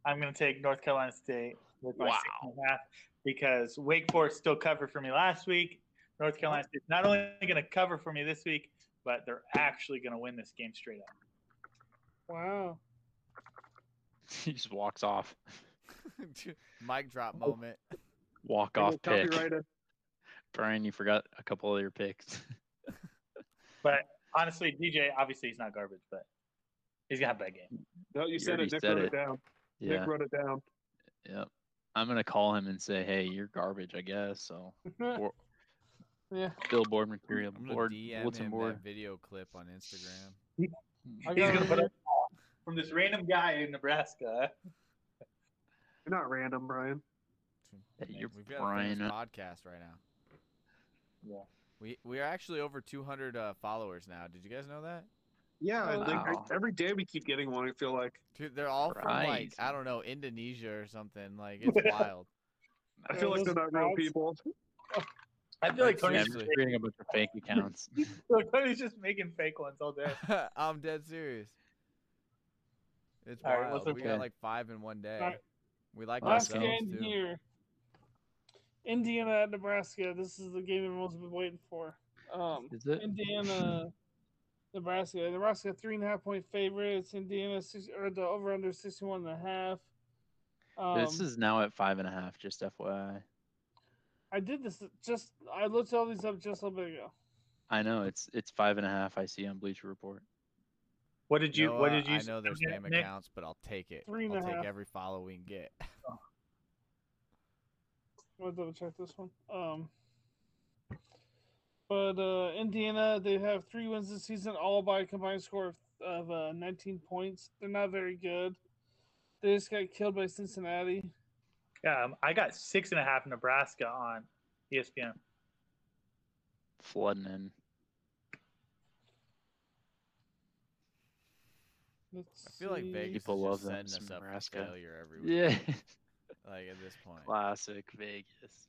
S4: I'm going to take North Carolina State with my six and a half because Wake Forest still covered for me last week. North Carolina State's not only going to cover for me this week, but they're actually going to win this game straight up.
S8: Wow.
S7: he just walks off.
S1: Mic drop moment.
S7: Walk
S6: They
S7: off
S6: get
S7: pick.
S6: copyrighted.
S7: Brian, you forgot a couple of your picks.
S4: Honestly, DJ, obviously, he's not garbage, but he's going to have that game.
S6: No, you,
S7: You
S6: said
S7: already
S6: it. Nick
S7: said
S6: wrote it,
S7: it.
S6: down.
S7: yeah.
S6: Nick wrote it down.
S7: Yep. I'm gonna call him and say, "Hey, you're garbage, I guess." So Or-
S8: yeah.
S7: billboard material,
S1: I'm gonna
S7: board,
S1: DM
S7: bulletin
S1: him
S7: board.
S1: that video clip on Instagram.
S8: I
S4: He's
S8: got
S4: going to
S8: it.
S4: put up from this random guy in Nebraska.
S6: You're not random, Brian.
S7: Hey, you're
S1: We've got a famous
S7: Brian.
S1: podcast right now.
S4: Yeah.
S1: We we are actually over 200 uh, followers now. Did you guys know that?
S6: Yeah,
S8: Oh,
S6: like,
S7: wow.
S6: every day we keep getting one. I feel like
S1: Dude, they're all from like
S7: Crazy.
S1: I don't know Indonesia or something. Like it's wild.
S6: I feel
S8: Yeah,
S6: like they're
S8: those
S6: not real
S8: dogs.
S6: people.
S4: I feel like
S1: That's
S4: Tony's,
S7: Yeah,
S1: Seriously.
S7: I'm creating a bunch of fake accounts.
S4: Tony's just making fake ones all day.
S1: I'm dead serious. It's
S4: All right,
S1: wild.
S4: what's
S1: we
S4: up,
S1: got
S7: Dan?
S1: like five in one day.
S8: right.
S1: We like
S8: Last
S1: ourselves
S8: game
S1: too.
S8: here. Indiana at Nebraska. This is the game everyone's been waiting for. Um,
S7: Is it?
S8: Indiana, Nebraska. Nebraska three and a half point favorites. Indiana six, or the over under sixty one and a half. Um,
S7: this is now at five and a half. Just FYI.
S8: I did this just. I looked all these up just a little bit ago.
S7: I know it's it's five and a half. I see on Bleacher Report.
S4: What did you? what
S1: Noah,
S4: did you?
S1: I know there's
S4: Nick-
S1: spam
S4: Nick,
S1: accounts, but I'll take it.
S8: Three and
S1: I'll
S8: a
S1: take
S8: half.
S1: every follow we can get.
S8: I'm gonna double check this one. Um, but uh, Indiana, they have three wins this season, all by a combined score of, of uh, 19 points. They're not very good. They just got killed by Cincinnati.
S4: Yeah, um, I got six and a half Nebraska on E ESPN.
S7: Flooding in.
S8: Let's
S1: I feel like
S8: see.
S1: Vegas
S7: People
S1: is
S7: love
S1: just
S7: them,
S1: setting us
S7: some
S1: up
S7: Nebraska.
S1: for failure every week.
S7: Yeah.
S1: Like at this point,
S7: Classic Vegas.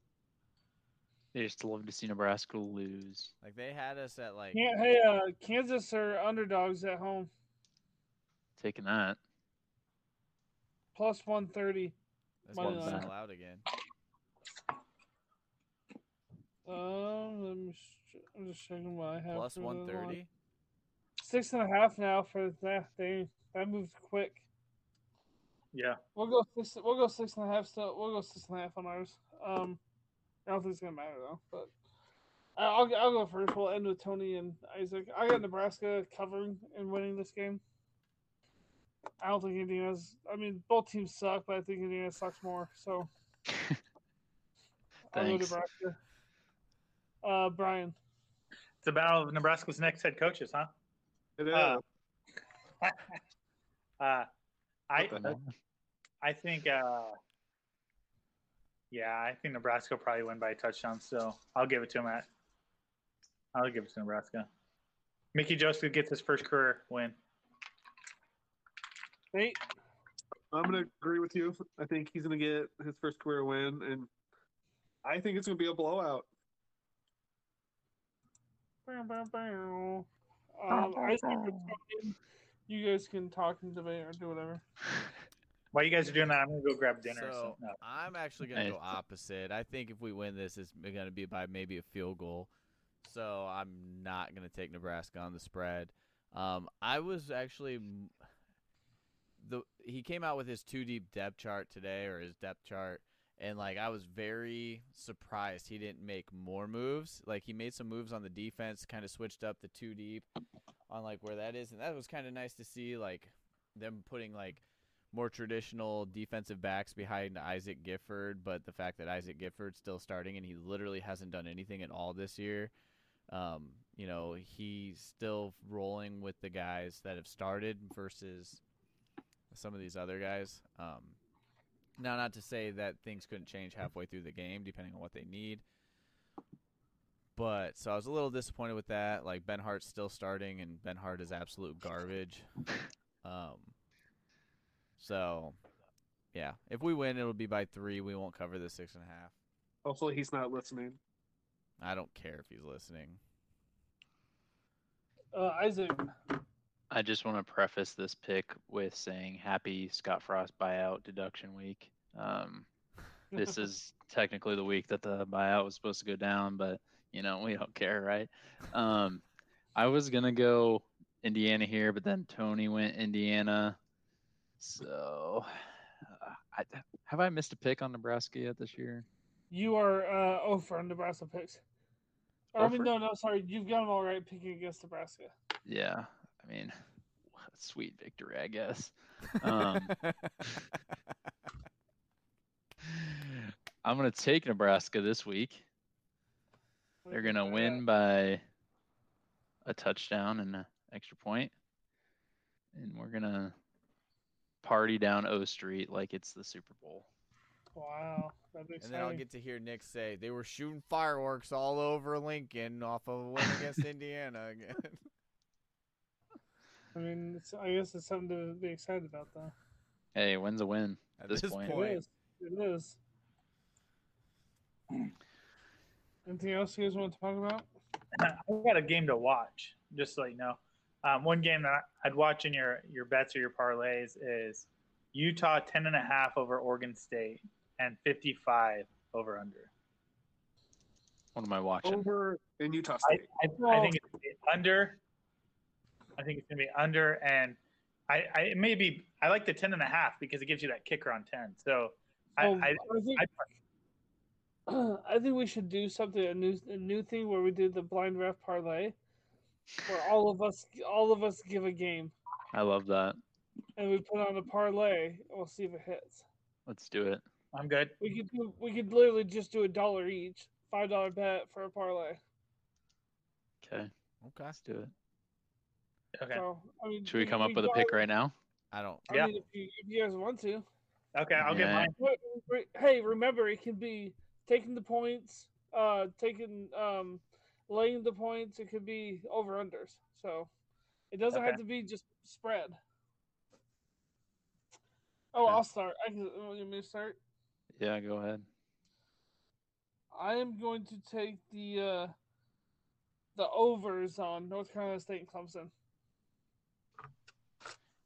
S7: They just love to see Nebraska lose.
S1: like they had us at like
S8: Yeah, hey, uh, Kansas are underdogs at home.
S7: Taking that.
S8: plus one thirty.
S1: That's
S8: Money
S1: why it's
S8: line.
S1: not allowed again.
S8: Um, let me. sh- I'm just checking what I have.
S1: Plus
S8: for the line.
S1: one thirty.
S8: Six and a half now for that thing. That moved quick.
S4: Yeah.
S8: We'll go six. We'll go six and a half. Still, we'll go six and a half on ours. Um, I don't think it's gonna matter though. But I- I'll I'll go first. We'll end with Tony and Isaac. I got Nebraska covering and winning this game. I don't think Indiana's. I mean, both teams suck, but I think Indiana sucks more. So I'll go
S7: Thanks.
S8: Nebraska. Uh, Brian.
S4: It's a battle of Nebraska's next head coaches, huh?
S6: It is.
S4: Uh, Uh, I
S6: What
S4: I think uh, yeah, I think Nebraska will probably win by a touchdown. So I'll give it to him at. I'll give it to Nebraska. Mickey Joseph gets his first career win.
S8: Nate.
S6: I'm gonna agree with you. I think he's gonna get his first career win, and I think it's gonna be a blowout.
S8: Bow, bow, bow. Um, Isaac or Tony, you guys can talk and debate or do whatever.
S4: While you guys are doing that, I'm gonna go grab dinner. or
S1: So-
S4: something. No.
S1: I'm actually gonna go
S7: Nice.
S1: opposite. I think if we win this, it's gonna be by maybe a field goal. So I'm not gonna take Nebraska on the spread. Um, I was actually m- the he came out with his two deep depth chart today or his depth chart, and like I was very surprised he didn't make more moves. Like he made some moves on the defense, kind of switched up the two deep on like where that is, and that was kind of nice to see. Like them putting like more traditional defensive backs behind Isaac Gifford, but the fact that Isaac Gifford's still starting and he literally hasn't done anything at all this year, um, you know, he's still rolling with the guys that have started versus some of these other guys. Um, now, not to say that things couldn't change halfway through the game, depending on what they need. But so I was a little disappointed with that. Like Ben Hart's still starting, and Ben Hart is absolute garbage. Um, so, yeah, if we win, it'll be by three. We won't cover the six and a half.
S6: Hopefully, he's not listening.
S1: I don't care if he's listening.
S8: Uh, Isaac.
S7: I just want to preface this pick with saying happy Scott Frost buyout deduction week. Um, this is technically the week that the buyout was supposed to go down, but you know we don't care, right? Um, I was gonna go Indiana here, but then Tony went Indiana. So, uh, I, have I missed a pick on Nebraska yet this year?
S8: You are uh, over on Nebraska picks.
S1: Oh,
S8: Or, I mean, no,
S7: Over?
S8: no, sorry. You've got them all right picking against Nebraska.
S7: Yeah, I mean, sweet victory, I guess. Um, I'm gonna take Nebraska this week. They're
S8: Look at
S7: gonna
S8: that.
S7: win by a touchdown and an extra point, and we're gonna party down O Street like it's the Super Bowl.
S8: Wow. That'd be
S1: and then I'll
S8: exciting.
S1: get to hear Nick say they were shooting fireworks all over Lincoln off of a win against Indiana again.
S8: I mean, it's, I guess it's something to be excited about, though.
S7: Hey, when's a win?
S1: At
S7: This
S1: this,
S7: point.
S1: point,
S8: It is. It is. Anything else you guys want to talk about?
S4: I got a game to watch. Just so you know, um, one game that I'd watch in your your bets or your parlays is Utah ten and a half over Oregon State and fifty five over under.
S7: What am I watching?
S6: Over in Utah State.
S4: I, I think it's gonna be under. I think it's gonna be under, and I, I it may be. I like the ten and a half because it gives you that kicker on ten. So I,
S8: Oh,
S4: I,
S8: think,
S4: I
S8: I think we should do something a new a new thing where we do the blind ref parlay, where all of us all of us give a game
S7: I love that.
S8: and we put on a parlay. and We'll see if it hits.
S7: Let's do it.
S4: I'm good.
S8: We could do, we could literally just do a dollar each, five dollar bet for a parlay.
S7: Okay,
S1: okay.
S7: let's do it.
S4: Okay.
S8: So I mean,
S7: Should we come up with a pick right now?
S1: I don't.
S8: I
S4: Yeah.
S8: mean, if you, if you guys want to.
S4: Okay. I'll get
S7: Yeah.
S4: mine.
S8: But, re- hey, remember it can be taking the points, uh, taking um, laying the points. It could be over unders. So it doesn't
S4: Okay.
S8: have to be just spread. Oh,
S7: Okay.
S8: I'll start. I can. oh, You want me to start?
S7: Yeah, go ahead.
S8: I am going to take the uh, the overs on North Carolina State and Clemson.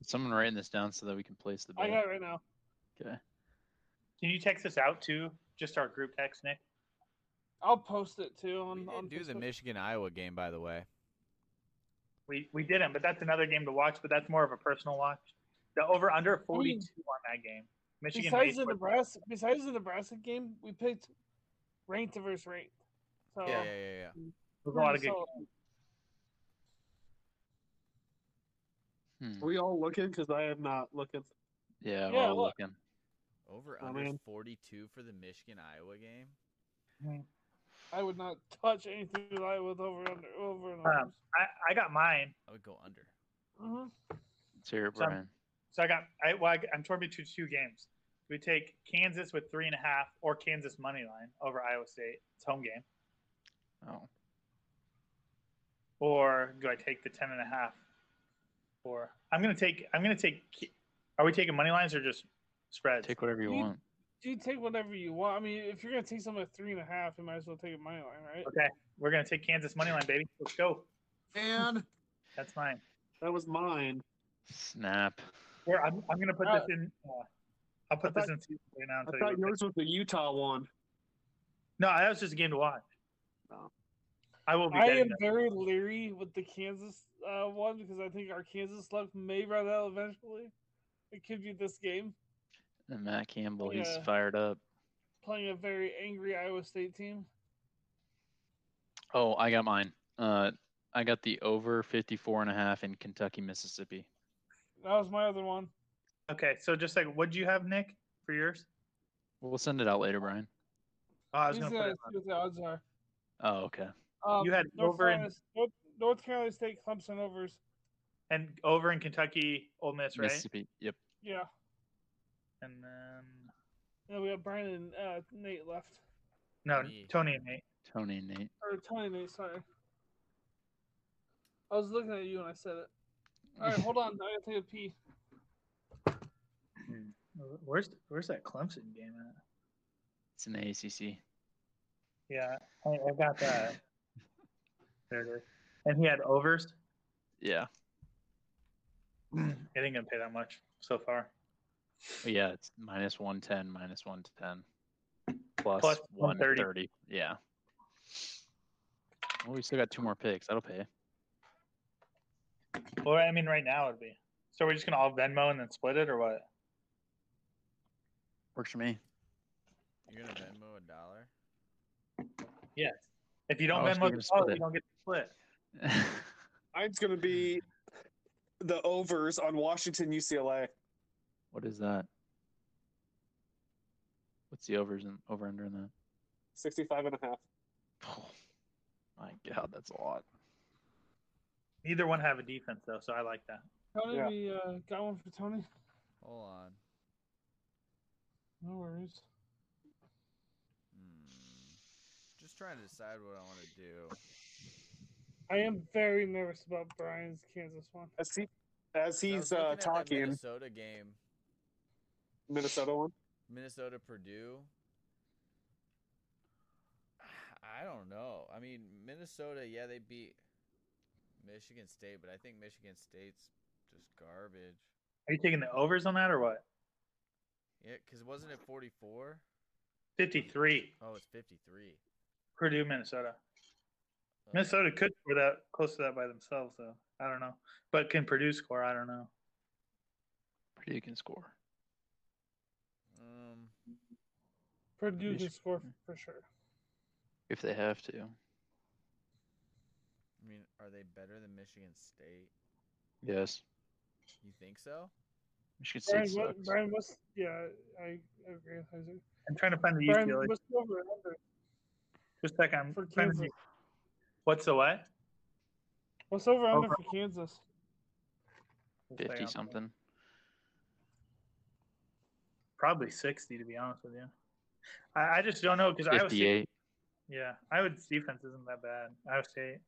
S7: Someone writing this down so that we can place the
S8: I
S7: bet.
S8: got it right now.
S7: Okay.
S4: Can you text us out too? Just our group text, Nick.
S8: I'll post it too on.
S1: We
S8: on
S1: didn't do the
S8: Facebook.
S1: Michigan Iowa game, by the way.
S4: We we didn't, but that's another game to watch. But that's more of a personal watch. The over under forty two on that game. Michigan.
S8: besides
S4: Hayes
S8: the
S4: was-
S8: Nebraska, besides the Nebraska game, we picked ranked versus ranked. So
S1: Yeah, yeah, yeah, yeah.
S4: was a lot of
S8: pretty
S4: good.
S8: solid.
S7: Hmm.
S6: Are we all looking? Because I am not looking.
S7: Yeah, we're
S8: Yeah,
S7: all
S8: look.
S7: looking.
S1: Over
S6: Oh,
S1: under
S6: man.
S1: 42 for the Michigan Iowa game.
S8: I would not touch anything with Iowa with over under over and
S4: Um,
S8: over.
S4: I, I got mine.
S1: I would go under.
S8: Mhm.
S7: Let's hear it,
S4: Some-
S7: Brian.
S4: So I got I, well, I, I'm torn between two games. Do we take Kansas with three and a half or Kansas money line over Iowa State? It's home game.
S7: Oh,
S4: Or do I take the ten and a half? Or I'm gonna take I'm gonna take. K- Are we taking money lines or just spreads?
S7: take whatever you
S8: You-
S7: want.
S8: Do you take whatever you want? I mean, if you're gonna take something at three and a half, you might as well take it money line, right?
S4: okay, we're gonna take Kansas money line, baby. Let's go.
S6: And
S4: That's mine.
S6: that was mine.
S7: Snap.
S4: Here, I'm, I'm gonna put
S8: Uh,
S4: this in. Uh, I'll put
S6: Oh. I
S4: this in season right now. And
S6: I
S4: tell you
S6: thought
S4: what-
S6: yours was the Utah one.
S4: no, that was just a game to watch.
S6: Oh.
S4: I will be.
S8: I
S4: betting
S8: am
S4: that.
S8: very leery with the Kansas uh, one because I think our Kansas luck may run out eventually. It could be this game
S7: And Matt Campbell, he's
S8: Yeah.
S7: fired up.
S8: playing a very angry Iowa State team.
S7: Oh, I got mine. Uh, I got the over 54 and a half in Kentucky, Mississippi.
S8: That was my other one.
S4: Okay, so just like, what do you have, Nick, for yours?
S7: We'll send it out later, Brian.
S4: Oh, I was
S8: He's
S4: gonna put
S8: gonna
S4: it.
S8: see what the odds are.
S7: Oh, okay.
S8: Um,
S4: You had
S8: North
S4: over in-
S8: Carolina, North, North Carolina State Clemson overs.
S4: And over in Kentucky, Ole Miss, right?
S7: Mississippi. Yep.
S8: Yeah,
S4: And then
S8: yeah. We got Brian and uh, Nate left,
S4: no,
S1: Me.
S4: Tony and Nate.
S7: Tony and Nate.
S8: or Tony and Nate. Sorry, I was looking at you when I said it. All right, hold on. I gotta take a pee.
S4: Where's where's that Clemson game at?
S7: It's in the ACC.
S4: Yeah, I, I got that. there it is. And he had overs.
S7: Yeah.
S4: it ain't gonna pay that much so far.
S7: Yeah, it's minus 110, minus 110. Plus,
S4: Plus
S7: 130.
S4: 130.
S7: Yeah. Well, we still got two more picks. That'll pay.
S4: Or I mean, right now it'd be. So we're just gonna all Venmo and then split it, or what?
S7: Works for me.
S1: You're going to Venmo a dollar?
S4: Yes. If you don't
S7: I was
S4: Venmo,
S7: thinking
S4: the
S7: split
S4: dollar,
S7: it.
S4: you don't get to split.
S6: Mine's gonna be the overs on Washington UCLA.
S7: what is that? What's the overs and over under in that?
S6: 65 and a half.
S7: Oh, my God, that's a lot.
S4: Neither one have a defense though, so I like that.
S8: Tony,
S6: Yeah.
S8: we uh, got one for Tony.
S1: Hold on.
S8: No worries.
S1: Hmm. Just trying to decide what I want to do.
S8: I am very nervous about Brian's Kansas one.
S6: As he as
S1: I
S6: he's
S1: was
S6: uh,
S1: looking at that
S6: talking,
S1: Minnesota game.
S6: Minnesota one.
S1: Minnesota Purdue. I don't know. I mean, Minnesota, yeah, they beat Michigan State, but I think Michigan State's just garbage.
S4: Are you taking the overs on that, or what?
S1: Yeah, because wasn't it 44?
S4: Fifty-three,
S1: Oh, it's 53.
S4: Purdue, Minnesota.
S1: Uh,
S4: Minnesota could score that close to that by themselves, though. I don't know, but can Purdue score? I don't know.
S7: Purdue can score.
S1: Um,
S8: Purdue can
S7: Michigan.
S8: score for sure.
S7: If they have to.
S1: I mean, are they better than Michigan State?
S7: Yes.
S1: You think so?
S7: Michigan State
S8: Brian, what,
S7: sucks.
S8: Brian, what's yeah? I I agree with Isaac.
S4: I'm trying to find the
S8: Brian,
S4: UCLA.
S8: what's the over under?
S4: Just a second. I'm
S8: for
S4: trying to
S8: Kansas?
S4: see- What's the what?
S8: What's over under
S4: Over-
S8: for Kansas?
S4: Just a
S7: 50
S4: second.
S7: something.
S4: Probably sixty, to be honest with you. I, I just don't know because Iowa State.
S7: 58.
S4: Yeah, Iowa's defense isn't that bad. Iowa State.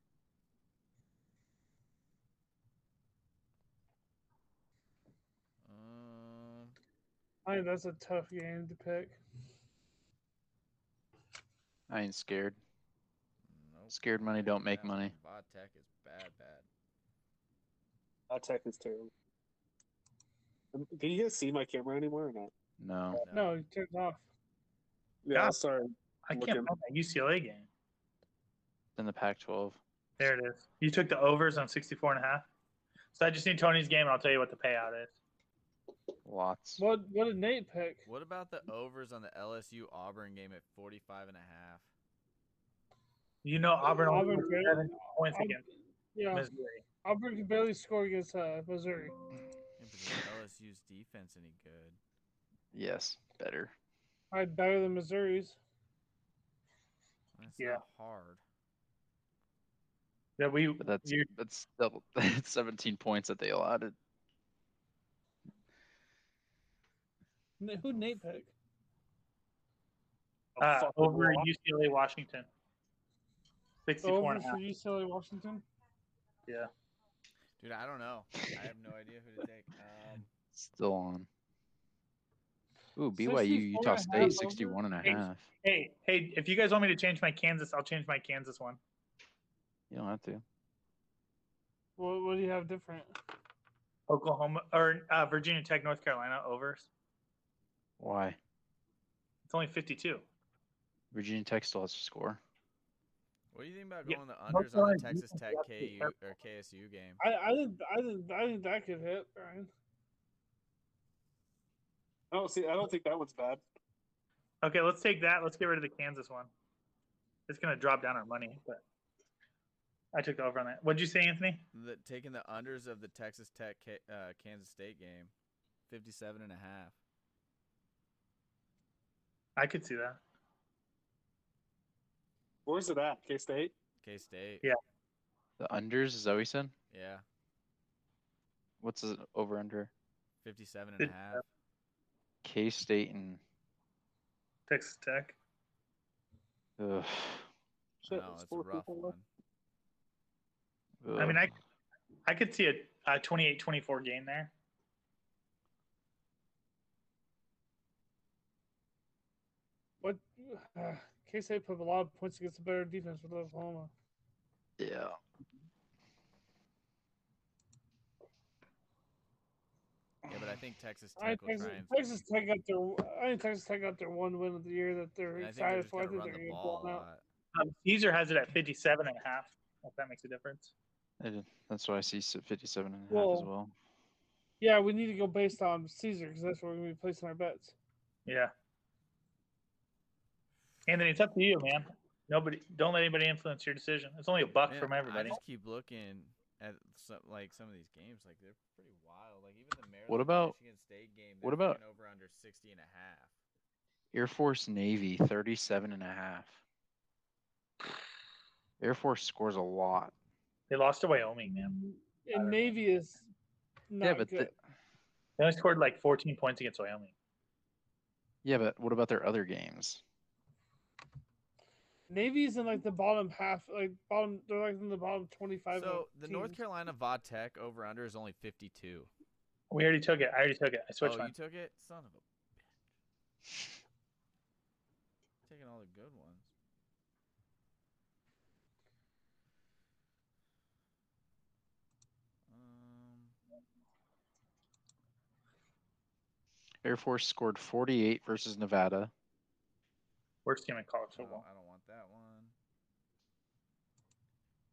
S1: Um,
S8: I think that's a tough game to pick.
S7: I ain't scared.
S1: nope.
S7: Scared money don't make
S1: Yeah,
S7: money.
S1: Va Tech is bad, bad.
S6: That tech is terrible. Um, Can you guys see my camera anymore or not?
S7: No.
S8: No, he turned it off.
S6: Yeah,
S4: God.
S6: sorry.
S4: I can't
S6: Looking.
S4: find that UCLA game.
S7: In the Pac 12.
S4: There it is. You took the overs on 64 and a half. So I just need Tony's game and I'll tell you what the payout is.
S7: Lots.
S8: What what did Nate pick?
S1: What about the overs on the LSU Auburn game at 45 and a half?
S4: You know Auburn only
S8: Auburn
S4: scored
S8: barely-
S4: seven points
S8: Aub-
S4: against
S8: Yeah,
S4: Missouri.
S8: Auburn can barely score against uh, Missouri.
S1: Yeah, but is LSU's defense any good?
S7: Yes. Better.
S8: I better than Missouri's.
S1: That's
S4: Yeah.
S1: not hard.
S4: Yeah, we
S7: But that's
S4: you-
S7: that's double, that's 17 points that they allotted.
S8: N- Who Nate pick?
S6: A
S4: uh,
S6: fucking
S4: over
S6: lot.
S4: UCLA Washington. 64
S8: Over
S4: and a
S8: for
S4: half.
S8: UCLA Washington.
S1: Dude, I don't know. I have no idea who to take. Um,
S7: Still on. Ooh,
S8: 64
S7: BYU,
S8: and a
S7: Utah
S8: half
S7: State,
S8: over?
S7: 61 and a
S4: Hey.
S7: half.
S4: Hey, hey, if you guys want me to change my Kansas, I'll change my Kansas one.
S7: You don't have to.
S8: What what do you have different?
S4: Oklahoma or uh, Virginia Tech, North Carolina overs.
S7: Why?
S4: It's only 52.
S7: Virginia Tech still has to score.
S1: what do you think about
S4: Yeah,
S1: going the unders on the
S4: Carolina's
S1: Texas
S4: defense
S1: Tech
S4: has to be
S1: KU or KSU game?
S8: I I didn't I didn't I think that could hit. Ryan.
S6: Oh, see, I don't think that one's bad.
S4: Okay, let's take that. Let's get rid of the Kansas one. It's going to drop down our money, but I took the over on that. What'd you say, Anthony?
S1: The, taking the unders of the Texas Tech K, uh, Kansas State game, 57 and a half.
S4: I could see that.
S6: Where's it at? K State.
S1: K State.
S4: Yeah.
S7: The unders, is that what you said?
S1: Yeah.
S7: What's the over under?
S1: 57 and a
S4: It-
S1: half.
S7: K State and.
S4: Texas Tech.
S1: I
S7: Ugh,
S6: Shit,
S1: know,
S6: there's
S1: it's a
S6: four
S1: rough
S6: people
S1: one.
S6: left.
S4: I mean,
S7: ugh.
S4: I I could see a, a 28-24 game there.
S8: What? Uh, K State put up a lot of points against a better defense with Oklahoma.
S7: Yeah.
S1: Yeah, but I think Texas
S8: I
S1: Tech
S8: think
S1: will
S8: Texas,
S1: try and.
S8: Texas Tech got their I think Texas Tech got their one win of the year that they're
S1: and I think they're
S8: excited
S1: just
S8: for. I
S1: going to
S8: think
S1: run
S8: they're
S1: the
S8: gonna
S1: ball
S8: blow
S1: a
S8: them out.
S1: lot.
S4: Um, Caesar has it at 57 and a half, if that makes a difference.
S7: I did- That's why I see s- 57 and a half as
S8: Well-
S7: well.
S1: uh,
S8: Yeah, we need to go based on Caesar because that's where we're gonna be placing our bets.
S4: Yeah. Anthony, it's up to you, man. Nobody, don't let anybody influence your decision. It's only a buck
S1: Man,
S4: from everybody.
S1: I just keep looking at some, like some of these games. Like they're pretty wild. Like even the Maryland
S7: about-
S1: Michigan State game.
S7: what
S1: they're
S7: about-
S1: fucking over under 60 and a half?
S7: Air Force Navy, 37 and a half. Air Force scores a lot.
S4: They lost to Wyoming, man.
S8: And Navy is not
S7: yeah, but
S8: good.
S7: the-
S4: They only scored like 14 points against Wyoming.
S7: yeah, but what about their other games?
S8: Navy's in like the bottom half, like bottom. They're like in the bottom twenty-five.
S1: So the North
S8: teams.
S1: Carolina Va Tech over under is only 52.
S4: We already took it. I already took it. I switched
S1: oh,
S4: mine.
S1: you took it, son of a bitch. Taking all the good ones. Um,
S7: Air Force scored 48 versus Nevada.
S4: Worst team in college
S1: I don't,
S4: football.
S1: I don't want that one.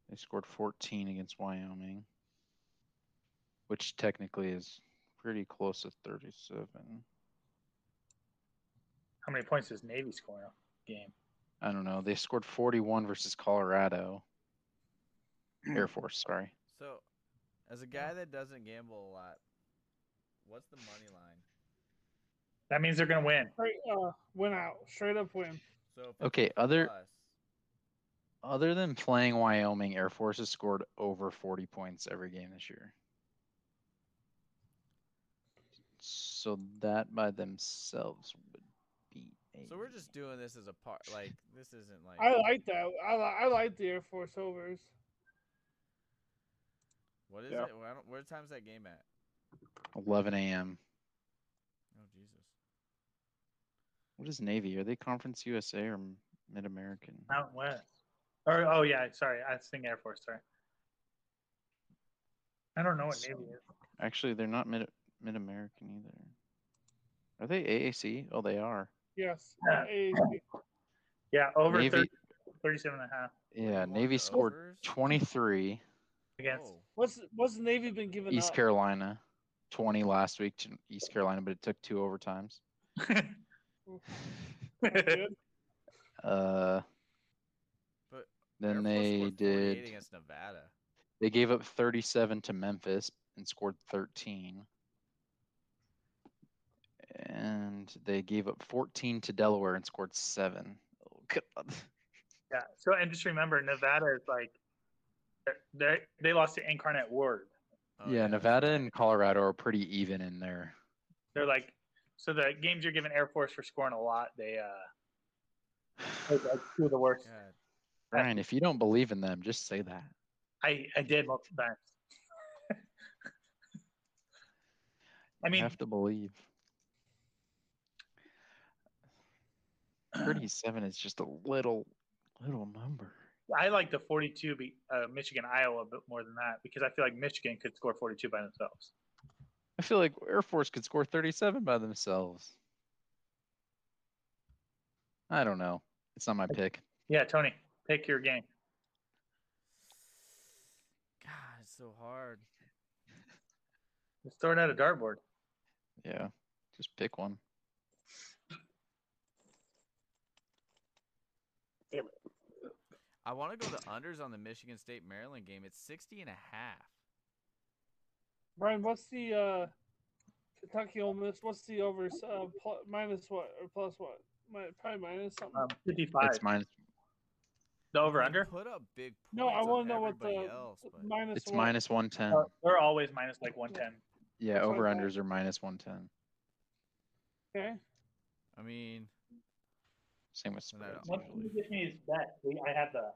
S7: They scored 14 against Wyoming, which technically is pretty close to 37.
S4: How many points does Navy score in a game?
S7: I don't know. They scored 41 versus Colorado. Air Force, sorry.
S1: So, as a guy that doesn't gamble a lot, what's the money line?
S4: That means they're going to win.
S8: Straight, uh, win out, straight up win.
S1: So if it's
S7: Okay, other
S1: plus,
S7: other than playing Wyoming, Air Force has scored over 40 points every game this year. So that by themselves would be. A
S1: so we're just doing this as a part. Like this isn't like
S8: I like that. I li- I like the Air Force overs.
S1: what is
S6: Yeah.
S1: it? Where, I don't- where time's that game at?
S7: 11 a.m.
S1: Oh Jesus!
S7: What is Navy? Are they Conference USA or Mid American?
S4: Mountain West. Or, oh, yeah. Sorry. I was thinking Air Force. Sorry. I don't know what Navy is.
S7: Actually, they're not Mid Mid American either. Are they AAC? Oh, they are.
S8: Yes.
S4: Yeah.
S8: AAC.
S4: Yeah, over
S7: Navy-
S4: 30, 37 and a half
S7: Yeah,
S1: One
S7: Navy scored
S1: overs?
S7: 23.
S4: against.
S1: Whoa.
S8: What's what's the Navy been giving
S7: East
S8: up?
S7: Carolina, 20 last week to East Carolina, but it took two overtimes.
S8: Good.
S7: Uh,
S1: But Air
S7: then
S1: Force
S7: they
S1: scored 48
S7: did.
S1: against Nevada.
S7: They gave up 37 to Memphis and scored 13. And they gave up 14 to Delaware and scored seven. Oh, God.
S4: Yeah. So and just remember, Nevada is like they they lost to Incarnate Word.
S1: Oh,
S7: yeah,
S1: that's
S7: Nevada
S1: right.
S7: and Colorado are pretty even in there.
S4: They're like so the games you're giving Air Force for scoring a lot, they uh they're like two of the worst.
S1: God.
S7: Brian, if you don't believe in them, just say that.
S4: I I did multiple times. I
S7: You
S4: mean,
S7: have to believe. 37 is just a little, little number.
S4: I like the 42 be, uh, Michigan Iowa a bit more than that because I feel like Michigan could score 42 by themselves.
S7: I feel like Air Force could score 37 by themselves. I don't know. It's not my pick.
S4: Yeah, Tony, pick your game.
S1: God, it's so hard.
S4: Just throw it at a dartboard.
S7: Yeah. Just pick one.
S1: I want to go the unders on the Michigan State Maryland game. It's 60 and a half.
S8: Brian, what's the uh, Kentucky Ole Miss? What's the over uh, pl- minus what or plus what? Mi- probably minus something.
S4: Um, 55.
S7: It's minus
S4: the over
S1: They
S4: under.
S1: Put up big points
S8: no, I
S1: want to
S8: know what the
S1: else, but
S8: minus.
S7: it's
S8: what.
S7: minus 110.
S4: Uh, they're always minus like 110.
S7: yeah,
S8: that's what I
S7: over
S8: thought.
S7: unders are minus 110.
S8: Okay.
S1: I mean,
S7: Same with
S1: No, no,
S7: spreads.
S1: no.
S4: Once you give me his bet, we- I have the.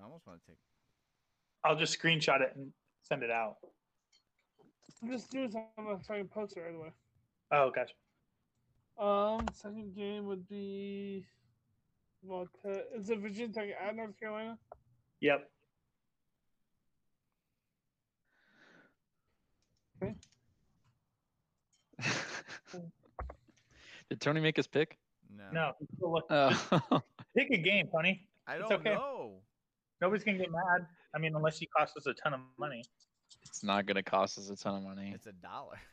S1: I almost want to take.
S4: I'll just screenshot it and send it out.
S8: I'm just doing something so I can post it right away.
S4: Oh gosh,
S8: Um, second game would be. Well, t- is it Virginia Tech at North Carolina?
S4: yep.
S7: Did Tony make his pick?
S1: No,
S4: No, still look-
S7: Oh.
S4: pick a game, Tony.
S1: I
S4: It's
S1: don't
S4: okay.
S1: know.
S4: Nobody's gonna get mad. I mean, unless he costs us a ton of money.
S7: it's not going to cost us a ton of money.
S1: It's a dollar.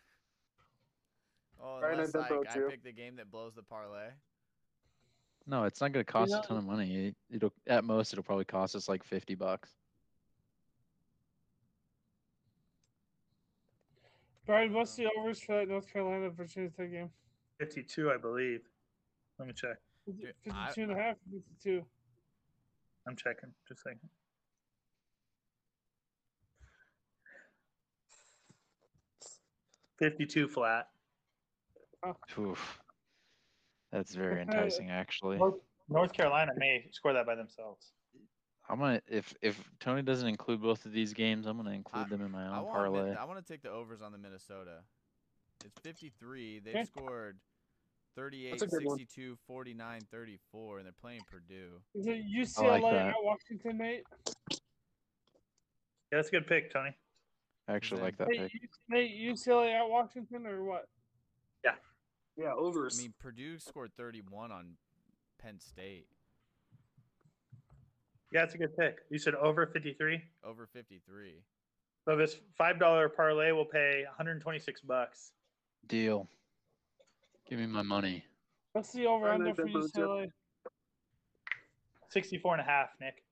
S1: Oh,
S6: Brian, I
S1: unless
S6: bet
S1: I,
S6: so
S1: I
S6: too.
S1: pick the game that blows the parlay.
S7: No, it's not going to cost
S8: know-
S7: a ton of money. It, it'll at most it'll probably cost us like 50 bucks.
S8: Brian, what's the overs for that North Carolina Virginia Tech game?
S4: 52, I believe. Let me check.
S8: Is it
S1: Dude, I-
S8: 52 and a half, 52.
S4: I'm checking. Just a second. Fifty-two flat.
S7: Oof. That's very enticing actually.
S4: North, North Carolina may score that by themselves.
S7: I'm going to if if Tony doesn't include both of these games, I'm going to include them in my
S1: I
S7: own
S1: want.
S7: parlay.
S1: Min- I want to take the overs on the Minnesota. It's 53. They've
S8: Okay.
S1: scored 38,
S6: That's a good one.
S1: 62, 49, 34, and they're playing Purdue.
S8: Is it UCLA
S7: that.
S8: at Washington, Nate?
S4: Yeah, that's a good pick, Tony.
S7: I actually
S1: Zen.
S7: like that
S8: Hey,
S7: pick.
S8: U- Nate, UCLA at Washington or what?
S6: Yeah, overs.
S1: I mean, Purdue scored 31 on Penn State.
S4: Yeah, that's a good pick. You said over fifty-three.
S1: Over 53.
S4: So this five dollar parlay will pay one hundred twenty-six bucks.
S7: Deal. Give me my money.
S8: What's the over
S6: Brian, I
S8: under for
S6: bet those, yeah.
S8: UCLA?
S4: 64 and a half, Nick.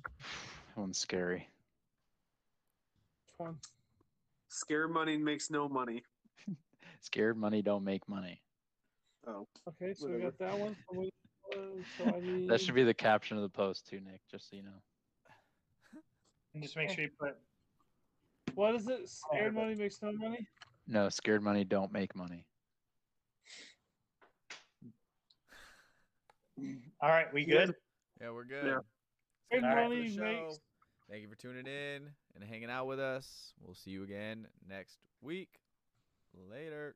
S7: That one's scary.
S8: Which one?
S6: Scare money makes no money.
S7: Scared money don't make money.
S6: Oh,
S8: Okay, so we
S6: Whatever.
S8: got that one. So, we, uh, so I need.
S7: That should be the caption of the post too, Nick, just so you know.
S4: And just make sure you put
S8: What is it? Scared
S4: but-
S8: money makes no money.
S7: No, scared money don't make money.
S4: all right, we good?
S1: Yeah, we're good.
S8: Scared
S4: All right.
S1: for the
S8: money
S1: show.
S8: makes.
S1: Thank you for tuning in and hanging out with us. We'll see you again next week. Later.